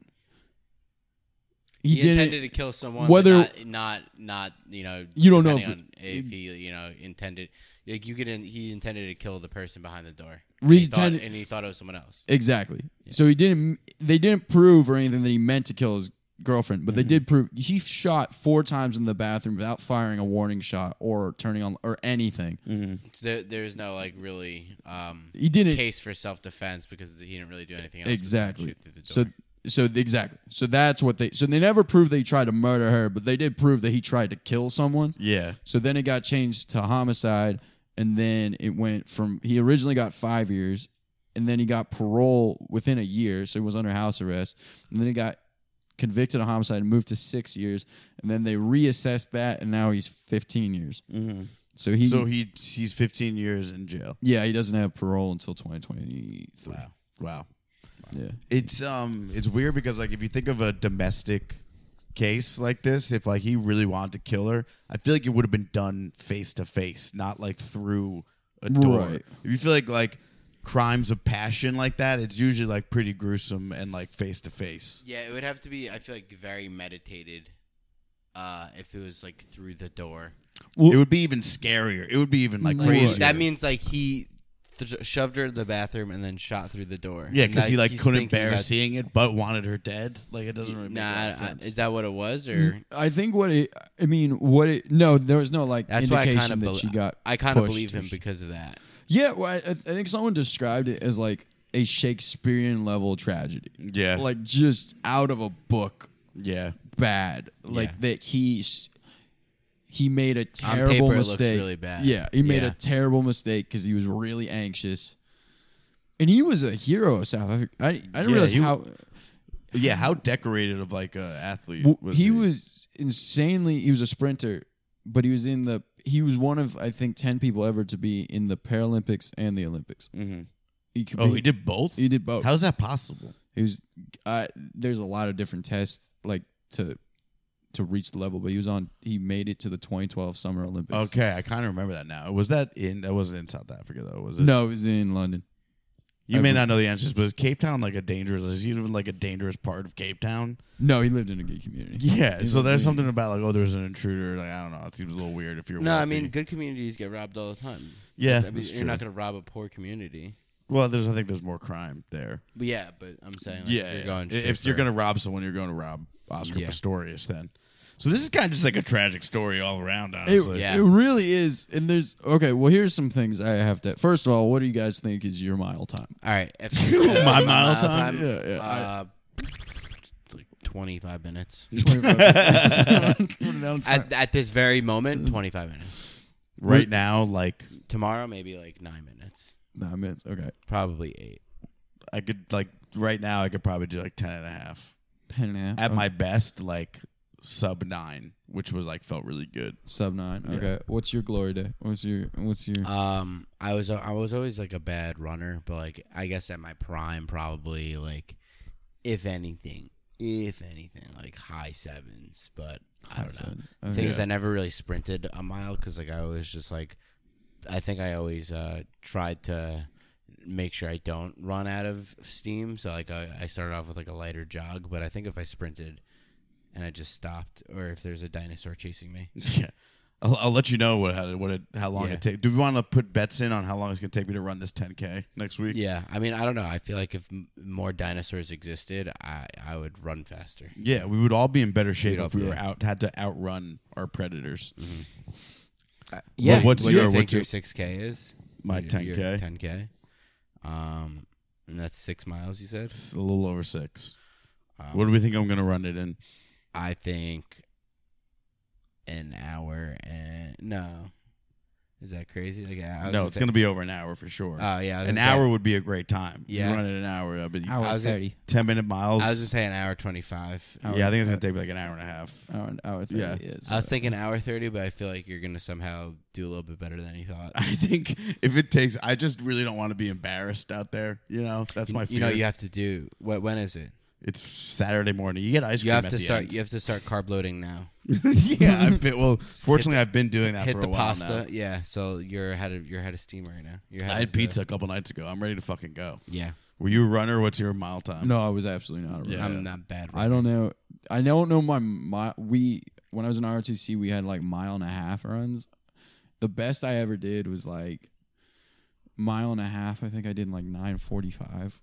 Speaker 3: He,
Speaker 2: He,
Speaker 3: did
Speaker 2: intended
Speaker 3: it.
Speaker 2: to kill someone.
Speaker 3: Whether-
Speaker 2: Whether not, not, not, you know,
Speaker 3: You don't know
Speaker 2: depending on
Speaker 3: if-
Speaker 2: if, he, you know, intended. Like you could, in, he intended to kill the person behind the door.
Speaker 3: Re-
Speaker 2: He thought,
Speaker 3: intended-
Speaker 2: and he thought it was someone else.
Speaker 3: exactly. So he didn't. They didn't prove or anything that he meant to kill his girlfriend,
Speaker 2: Mm-hmm.
Speaker 3: but they did prove he shot four times in the bathroom without firing a warning shot or turning on or anything.
Speaker 1: Mm-hmm.
Speaker 2: So there, there's no like really um,
Speaker 3: He didn't
Speaker 2: case for self defense because he didn't really do anything else. besides
Speaker 3: exactly.
Speaker 2: shoot through the
Speaker 3: So
Speaker 2: door.
Speaker 3: so exactly. So that's what they. So they never proved they tried to murder her, but they did prove that he tried to kill someone.
Speaker 1: yeah.
Speaker 3: So then it got changed to homicide, and then it went from he originally got five years, and then he got parole within a year, so he was under house arrest, and then he got convicted of homicide and moved to six years, and then they reassessed that, and now he's fifteen years. So he,
Speaker 1: So he he's 15 years in jail.
Speaker 3: yeah, he doesn't have parole until twenty twenty three.
Speaker 2: Wow.
Speaker 1: Wow.
Speaker 3: Yeah,
Speaker 1: It's um it's weird because like if you think of a domestic case like this, if like he really wanted to kill her, I feel like it would have been done face to face, not like through a door.
Speaker 3: Right.
Speaker 1: If you feel like like crimes of passion like that, it's usually like pretty gruesome and like face to face.
Speaker 2: yeah, it would have to be. I feel like very meditated. Uh, if it was like through the door,
Speaker 1: It would be even scarier. It would be even like
Speaker 3: Right.
Speaker 1: crazier.
Speaker 2: that means like he th- shoved her to the bathroom and then shot through the door.
Speaker 1: yeah,
Speaker 2: And
Speaker 1: because he like
Speaker 2: he's
Speaker 1: couldn't
Speaker 2: thinking
Speaker 1: bear
Speaker 2: about-
Speaker 1: seeing it, but wanted her dead. Like it doesn't really make
Speaker 2: Nah,
Speaker 1: a lot of
Speaker 2: I-
Speaker 1: sense.
Speaker 2: is that what it was, or
Speaker 3: I think what it. I mean, what it. No, there was no like
Speaker 2: that's why I kind
Speaker 3: indication
Speaker 2: of
Speaker 3: that she got.
Speaker 2: I kind of
Speaker 3: pushed
Speaker 2: believe
Speaker 3: or
Speaker 2: him because of that.
Speaker 3: Yeah, well, I, I think someone described it as like a Shakespearean level tragedy,
Speaker 1: yeah, like
Speaker 3: like just out of a book,
Speaker 1: yeah.
Speaker 3: bad. Like
Speaker 2: Yeah.
Speaker 3: that he's he made a terrible
Speaker 2: paper, it looks
Speaker 3: mistake.
Speaker 2: really bad.
Speaker 3: Yeah, he made a
Speaker 2: Yeah.
Speaker 3: terrible mistake because he was really anxious, and he was a hero of South Africa. I, I didn't
Speaker 1: Yeah,
Speaker 3: realize
Speaker 1: he-
Speaker 3: how
Speaker 1: Yeah, how decorated of like a athlete
Speaker 3: Well,
Speaker 1: was
Speaker 3: he, was insanely. He was a sprinter, but he was in the. He was one of I think ten people ever to be in the Paralympics and the Olympics.
Speaker 1: Mhm.
Speaker 3: He could
Speaker 1: Oh,
Speaker 3: be-
Speaker 1: he did both. Oh,
Speaker 3: He did both.
Speaker 1: How's that possible?
Speaker 3: he was. Uh, there's a lot of different tests like to to reach the level, but he was on. He made it to the 2012 Summer Olympics.
Speaker 1: Okay, I kind of remember that now. Was that in? That wasn't in South Africa though, was it?
Speaker 3: No, it was in London.
Speaker 1: You may not know the answers, but is Cape Town like a dangerous? Is it even like a dangerous part of Cape Town?
Speaker 3: No, he lived in a gay community.
Speaker 1: Yeah. So
Speaker 3: like,
Speaker 1: there's
Speaker 3: yeah.
Speaker 1: something about like, oh, there's an intruder. Like I don't know. It seems a little weird if you're.
Speaker 2: No, I
Speaker 1: wealthy.
Speaker 2: mean good communities get robbed all the time.
Speaker 1: Yeah,
Speaker 2: I mean,
Speaker 1: that's
Speaker 2: you're
Speaker 1: true.
Speaker 2: not gonna rob a poor community.
Speaker 1: Well, there's. I think there's more crime there.
Speaker 2: But yeah, but I'm saying like,
Speaker 1: yeah.
Speaker 2: if you're
Speaker 1: yeah.
Speaker 2: going
Speaker 1: if
Speaker 2: straight
Speaker 1: you're
Speaker 2: for-
Speaker 1: gonna rob someone, you're going to rob Oscar
Speaker 2: Yeah.
Speaker 1: Pistorius then. So this is kind of just like a tragic story all around.
Speaker 3: It,
Speaker 1: Honestly.
Speaker 2: Yeah.
Speaker 3: it really is. And there's okay. Well, here's some things I have to. First of all, what do you guys think is your
Speaker 1: [LAUGHS]
Speaker 3: mile time?
Speaker 2: all right, if [LAUGHS]
Speaker 1: My mile time?
Speaker 3: Yeah, yeah, I-
Speaker 2: Uh, like 25 minutes.
Speaker 3: 25 minutes. [LAUGHS] Put it out.
Speaker 2: At, at this very moment, 25 minutes.
Speaker 1: Right now, like
Speaker 2: Tomorrow, maybe like nine minutes.
Speaker 3: Nine minutes. Okay.
Speaker 2: Probably eight.
Speaker 1: I could like right now, I could probably do like ten and a half.
Speaker 3: Ten and a half.
Speaker 1: at
Speaker 3: Okay.
Speaker 1: my best like sub nine, which was like felt really good. [LAUGHS]
Speaker 3: sub nine. Okay. What's your glory day? What's your what's your
Speaker 2: Um, I was I was always like a bad runner, but like I guess at my prime, probably like if anything, if anything, like high sevens. But I don't know.
Speaker 3: seven?
Speaker 2: Things
Speaker 3: Okay.
Speaker 2: Thing is, I never really sprinted a mile because like I always just like I think I always uh tried to make sure I don't run out of steam. So like I, I started off with like a lighter jog, but I think if I sprinted and I just stopped, or if there's a dinosaur chasing me,
Speaker 1: Yeah. I'll, I'll let you know what how, what it, how long
Speaker 2: Yeah.
Speaker 1: it takes. Do we want to put bets in on how long it's going to take me to run this 10k next week?
Speaker 2: Yeah, I mean, I don't know. I feel like if m- more dinosaurs existed, I I would run faster.
Speaker 1: Yeah, we would all be in better shape
Speaker 2: We'd all
Speaker 1: if we
Speaker 2: be- Mm-hmm.
Speaker 1: were out had to outrun our predators.
Speaker 2: Yeah,
Speaker 1: what's
Speaker 2: what do you
Speaker 1: your-
Speaker 2: think
Speaker 1: what's your-
Speaker 2: your six k is?
Speaker 1: My
Speaker 2: Your- your
Speaker 1: 10K?
Speaker 2: ten k. Um, And that's six miles, you said?
Speaker 1: It's a little over six.
Speaker 2: Um,
Speaker 1: What do we think I'm going to run it in?
Speaker 2: I think an hour and. No. Is that crazy? Like, I was
Speaker 1: No, it's
Speaker 2: say-
Speaker 1: going to be over an hour for sure.
Speaker 2: Oh, yeah. I was
Speaker 1: an
Speaker 2: gonna say-
Speaker 1: hour would be a great time. You
Speaker 2: Yeah.
Speaker 1: run it an hour, that'd be
Speaker 3: Hour
Speaker 2: I was at-
Speaker 3: thirty.
Speaker 1: ten minute miles.
Speaker 2: I was going to say an hour 25.
Speaker 3: Hour
Speaker 1: yeah, I think it's
Speaker 3: thirty.
Speaker 1: going to take me like an hour and a half.
Speaker 3: Hour, hour thirty.
Speaker 1: Yeah.
Speaker 3: is,
Speaker 2: I was
Speaker 3: uh,
Speaker 2: thinking hour 30, but I feel like you're going to somehow do a little bit better than
Speaker 1: [LAUGHS]
Speaker 2: you thought.
Speaker 1: [LAUGHS] I think if it takes, I just really don't want to be embarrassed out there. You know, that's my fear.
Speaker 2: You know, you have to do. What? When is it?
Speaker 1: it's Saturday morning. You get ice cream.
Speaker 2: You have
Speaker 1: at
Speaker 2: to
Speaker 1: the
Speaker 2: start.
Speaker 1: end.
Speaker 2: You have to start carb loading now.
Speaker 1: [LAUGHS]
Speaker 2: [LAUGHS]
Speaker 1: yeah, I've been, well, fortunately, I've been doing that
Speaker 2: Hit
Speaker 1: for a
Speaker 2: the
Speaker 1: while
Speaker 2: pasta.
Speaker 1: now.
Speaker 2: Yeah. So you're ahead of you're ahead of steam right now. You're ahead
Speaker 1: I
Speaker 2: of
Speaker 1: had
Speaker 2: the-
Speaker 1: pizza a couple nights ago. I'm ready to fucking go.
Speaker 2: yeah.
Speaker 1: Were you a runner? What's your mile time?
Speaker 3: no, I was absolutely not. A
Speaker 1: Yeah.
Speaker 3: runner.
Speaker 2: I'm not bad.
Speaker 3: I don't know. I don't know my my we when I was in ROTC we had like mile and a half runs. The best I ever did was like mile and a half. I think I did in like nine forty five,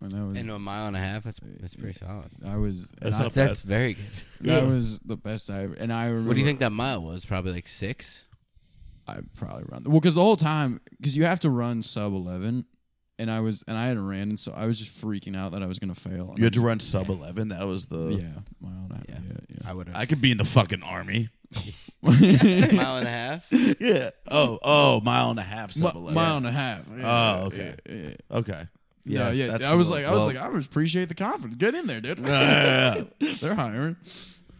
Speaker 3: and that was
Speaker 2: in a mile and a half. That's that's pretty solid.
Speaker 3: I was and
Speaker 1: That's
Speaker 3: I,
Speaker 1: not
Speaker 2: That's,
Speaker 1: bad.
Speaker 2: very good.
Speaker 3: that
Speaker 1: Yeah.
Speaker 3: was the best I ever. And I remember,
Speaker 2: What do you think that mile was? Probably like six.
Speaker 3: I probably run well because the whole time because you have to run sub eleven, and I was and I hadn't ran, and so I was just freaking out that I was gonna fail. And
Speaker 1: You had to run sub 11. That was the.
Speaker 3: I'm- yeah, mile and a half. Yeah,
Speaker 2: Yeah.
Speaker 3: yeah.
Speaker 2: I would have.
Speaker 1: I could be in the fucking army.
Speaker 2: [LAUGHS] mile and a half.
Speaker 1: yeah. Oh, oh, mile and a half sub
Speaker 3: Mi-
Speaker 1: 11.
Speaker 3: mile and a half. Yeah,
Speaker 1: Oh, okay.
Speaker 3: yeah, yeah.
Speaker 1: Okay.
Speaker 3: Yeah, yeah.
Speaker 1: that's
Speaker 3: I was
Speaker 1: a-
Speaker 3: like, I
Speaker 1: well-
Speaker 3: was like, I would appreciate the confidence. Get in there, dude.
Speaker 1: [LAUGHS] Yeah, yeah, yeah.
Speaker 3: [LAUGHS] They're hiring.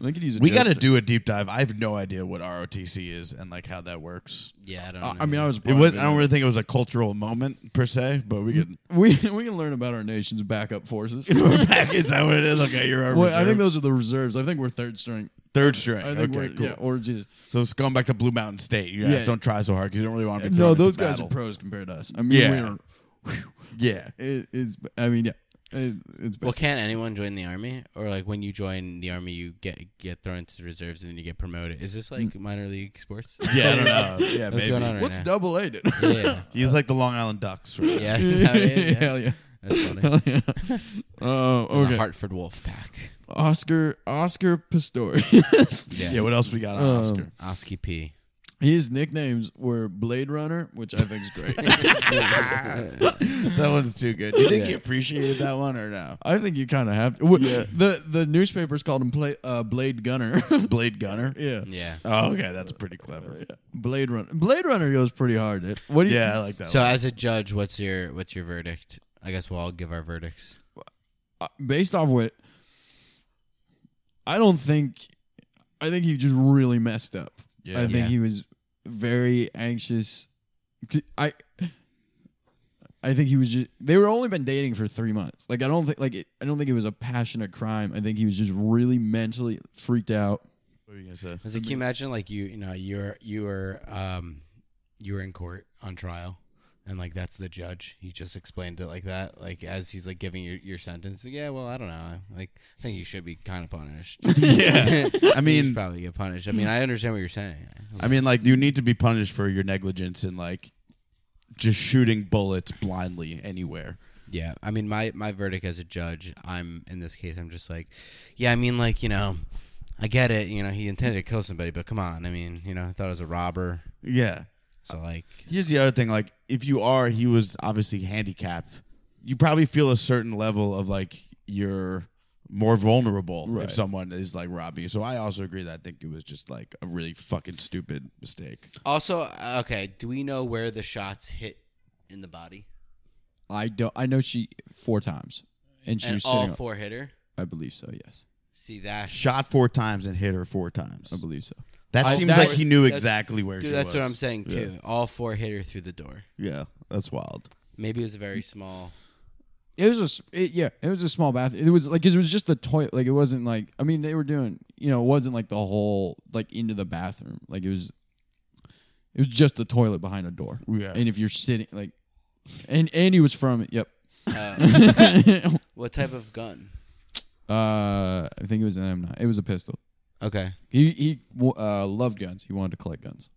Speaker 3: They could use. A
Speaker 1: we got to
Speaker 3: jester.
Speaker 1: do a deep dive. I have no idea what ROTC is and like how that works.
Speaker 2: Yeah, I don't.
Speaker 3: I
Speaker 2: know.
Speaker 3: I mean, I was.
Speaker 1: It was. I don't really think it was a cultural moment per se, but we
Speaker 3: [LAUGHS]
Speaker 1: could.
Speaker 3: We we can learn about our nation's backup
Speaker 1: [LAUGHS]
Speaker 3: forces.
Speaker 1: We're back. Is that what it is? Okay, you're our
Speaker 3: Well, I think
Speaker 1: reserve.
Speaker 3: those are the reserves. I think we're third string.
Speaker 1: third string.
Speaker 3: I think
Speaker 1: okay,
Speaker 3: we're
Speaker 1: cool.
Speaker 3: yeah, or Jesus.
Speaker 1: So it's going back to Blue Mountain State. You guys
Speaker 3: Yeah.
Speaker 1: don't try so hard because you don't really want to be.
Speaker 3: No,
Speaker 1: thrown
Speaker 3: those
Speaker 1: into
Speaker 3: guys are
Speaker 1: battle.
Speaker 3: pros compared to us. I mean,
Speaker 1: Yeah.
Speaker 3: we're
Speaker 1: Yeah,
Speaker 3: it, it's. I mean, yeah, it, it's. Bad.
Speaker 2: Well, can't anyone join the army? Or like when you join the army, you get get thrown into the reserves and then you get promoted. Is this like minor league [LAUGHS] sports?
Speaker 1: yeah. I don't know.
Speaker 3: [LAUGHS]
Speaker 1: Yeah,
Speaker 2: What's
Speaker 1: maybe.
Speaker 2: going on right
Speaker 3: What's
Speaker 2: now?
Speaker 3: double A? Dude?
Speaker 2: Yeah,
Speaker 1: He's like the Long Island
Speaker 3: [LAUGHS]
Speaker 1: Ducks. Right?
Speaker 2: yeah, yeah. yeah.
Speaker 3: Hell yeah.
Speaker 2: That's funny.
Speaker 3: Hell yeah. Oh,
Speaker 2: The
Speaker 3: [LAUGHS] okay.
Speaker 2: Hartford Wolf Pack.
Speaker 3: Oscar Oscar Pistorius. [LAUGHS]
Speaker 2: Yeah.
Speaker 1: Yeah. What else we got on
Speaker 3: Um,
Speaker 1: Oscar?
Speaker 2: Oski P.
Speaker 3: His nicknames were Blade Runner, which I think is great.
Speaker 1: That one's too good. Do you think
Speaker 3: Yeah.
Speaker 1: he appreciated that one or no?
Speaker 3: I think you kind of have to. w The the newspapers called him play, uh, Blade Gunner. [LAUGHS]
Speaker 1: Blade Gunner.
Speaker 3: yeah,
Speaker 2: [LAUGHS] Yeah.
Speaker 1: Oh, okay, that's pretty clever.
Speaker 3: Blade Runner. Blade Runner goes pretty hard. Dude. What do you?
Speaker 1: Yeah, I like that.
Speaker 2: So
Speaker 1: one.
Speaker 2: as a judge, what's your what's your verdict? I guess we'll all give our verdicts.
Speaker 3: uh, based off what? I don't think. I think he just really messed up.
Speaker 1: Yeah.
Speaker 3: I think
Speaker 2: Yeah.
Speaker 3: he was very anxious. to- I. I think he was just. They were only been dating for three months. Like I don't think. Like it, I don't think it was a passionate crime. I think he was just really mentally freaked out.
Speaker 1: What were you gonna say?
Speaker 2: I was like, can you imagine like you you know you're you were um you were in court on trial and like that's the judge. He just explained it like that, like as he's like giving your your sentence. Like, yeah, well, I don't know. Like I think you should be kind of [LAUGHS] punished.
Speaker 1: yeah, I
Speaker 2: You should
Speaker 1: mean,
Speaker 2: probably get punished. I mean, I understand what you're saying.
Speaker 1: I mean, like you need to be punished for your negligence in like just shooting bullets blindly anywhere.
Speaker 2: Yeah, I mean, my my verdict as a judge, I'm in this case, I'm just like, yeah, I mean, like you know, I get it, you know, he intended to kill somebody, but come on, I mean, you know, I thought it was a robber,
Speaker 1: Yeah.
Speaker 2: so like,
Speaker 1: Here's the other thing: like, if you are, he was obviously handicapped. You probably feel a certain level of like you're more vulnerable
Speaker 3: Right.
Speaker 1: if someone is like robbing you. So I also agree that I think it was just like a really fucking stupid mistake.
Speaker 2: also, uh, okay, do we know where the shots hit in the body?
Speaker 3: I don't. I know she four times, and she
Speaker 2: And
Speaker 3: was
Speaker 2: all
Speaker 3: sitting. up-
Speaker 2: four hit her.
Speaker 3: I believe so. Yes,
Speaker 2: See that
Speaker 1: Shot four times and hit her four times.
Speaker 3: I believe so.
Speaker 1: That
Speaker 3: I-
Speaker 1: seems
Speaker 3: that-
Speaker 1: like he knew
Speaker 2: that's-
Speaker 1: exactly where she
Speaker 2: Dude, that's
Speaker 1: was.
Speaker 2: what I'm saying too. All four hit her through the door.
Speaker 1: Yeah, that's wild.
Speaker 2: Maybe it was a very
Speaker 3: [LAUGHS]
Speaker 2: small.
Speaker 3: It was a s- it, yeah. It was a small bath. It was like 'cause it was just the toilet. Like it wasn't like I mean they were doing you know it wasn't like the whole like into the bathroom. Like it was. It was just the toilet behind a door.
Speaker 1: Yeah.
Speaker 3: And if you're sitting like, and Andy was from it. Yep. [LAUGHS]
Speaker 2: Uh,
Speaker 3: uh,
Speaker 2: what type of gun?
Speaker 3: I think it was an M9. It was a pistol.
Speaker 2: Okay.
Speaker 3: He he wa- uh, loved guns. He wanted to collect guns.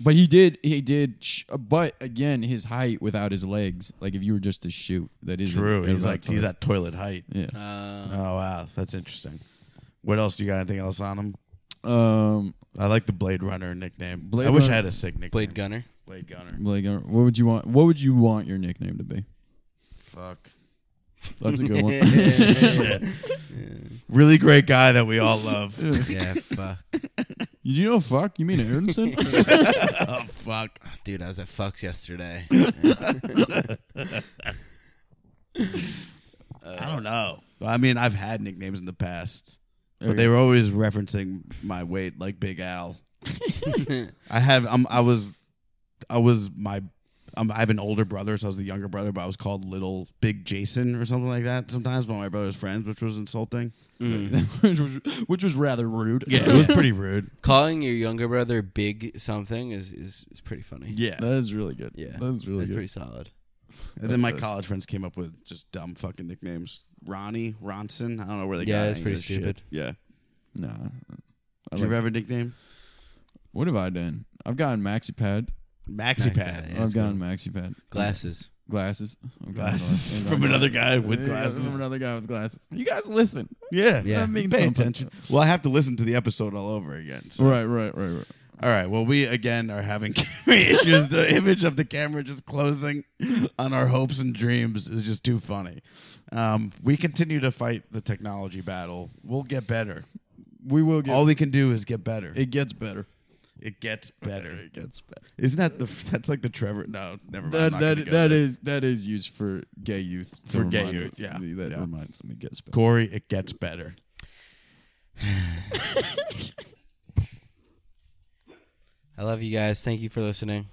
Speaker 3: But he did he did. Sh- but again, his height without his legs. Like if you were just to shoot, that is
Speaker 1: True. He's like he's at toilet height.
Speaker 3: yeah.
Speaker 2: Uh,
Speaker 1: Oh wow, that's interesting. What else? Do you got anything else on him?
Speaker 3: Um,
Speaker 1: I like the Blade Runner nickname.
Speaker 3: Blade
Speaker 1: I wish
Speaker 3: Runner-
Speaker 1: I had a sick nickname.
Speaker 2: blade gunner.
Speaker 1: Blade Gunner.
Speaker 3: like, uh, what would you want? What would you want your nickname to be?
Speaker 1: Fuck.
Speaker 3: That's a good one.
Speaker 1: [LAUGHS]
Speaker 3: [LAUGHS]
Speaker 2: [LAUGHS]
Speaker 1: Really great guy that we all love.
Speaker 2: yeah, fuck.
Speaker 3: you know, fuck. You
Speaker 1: [LAUGHS]
Speaker 3: mean Aronson?
Speaker 2: Oh fuck, dude! I was at fucks
Speaker 3: [LAUGHS]
Speaker 2: yesterday.
Speaker 1: I don't know. I mean, I've had nicknames in the past, but
Speaker 3: Okay.
Speaker 1: they were always referencing my weight, like Big Al. I have. Um, I was. I was my. Um, I have an older brother, so I was the younger brother, but I was called Little Big Jason or something like that sometimes by my brother's friends, which was insulting.
Speaker 2: Mm.
Speaker 3: which, was, which was rather rude.
Speaker 1: it was pretty rude.
Speaker 2: Calling your younger brother big something is is, is pretty funny.
Speaker 1: Yeah.
Speaker 3: [LAUGHS] that is really good.
Speaker 2: Yeah,
Speaker 3: that is really
Speaker 2: that's
Speaker 3: good.
Speaker 2: pretty solid.
Speaker 1: And then my college friends came up with just dumb fucking nicknames. Ronnie, Ronson. I don't know where they
Speaker 2: Yeah,
Speaker 1: got
Speaker 2: that's
Speaker 1: any
Speaker 2: pretty
Speaker 1: of this shit.
Speaker 2: stupid.
Speaker 1: Yeah.
Speaker 3: nah. I
Speaker 1: Did you
Speaker 3: like-
Speaker 1: ever have a nickname?
Speaker 3: what have I done? I've gotten MaxiPad.
Speaker 1: Maxi
Speaker 2: Pad,
Speaker 1: Pad.
Speaker 2: Yeah,
Speaker 3: I've
Speaker 2: it's
Speaker 3: gotten MaxiPad.
Speaker 2: Glasses.
Speaker 3: Glasses. I've gotten
Speaker 1: Glasses
Speaker 3: [LAUGHS] I've
Speaker 1: from
Speaker 3: gotten
Speaker 1: another guy with
Speaker 3: Yeah,
Speaker 1: glasses.
Speaker 3: From another guy with glasses. You guys listen.
Speaker 1: Yeah.
Speaker 2: Yeah.
Speaker 3: That means
Speaker 1: Pay
Speaker 3: something.
Speaker 1: attention. Well, I have to listen to the episode all over again. So.
Speaker 3: Right, right, right, right.
Speaker 1: All right. Well, we again are having [LAUGHS] camera issues. The image of the camera just closing on our hopes and dreams is just too funny. Um, we continue to fight the technology battle. We'll get better.
Speaker 3: We will get.
Speaker 1: All we can do is get better. It,
Speaker 3: it gets better.
Speaker 1: gets better.
Speaker 3: gets better.
Speaker 1: Isn't that the? [LAUGHS] That's like the Trevor. No, never mind.
Speaker 3: That that that is that is used for gay youth. to
Speaker 1: For gay
Speaker 3: remind
Speaker 1: youth, yeah.
Speaker 3: me- That
Speaker 1: Yeah.
Speaker 3: reminds me. Gets better.
Speaker 1: Corey. It gets better.
Speaker 2: I love you guys. Thank you for listening.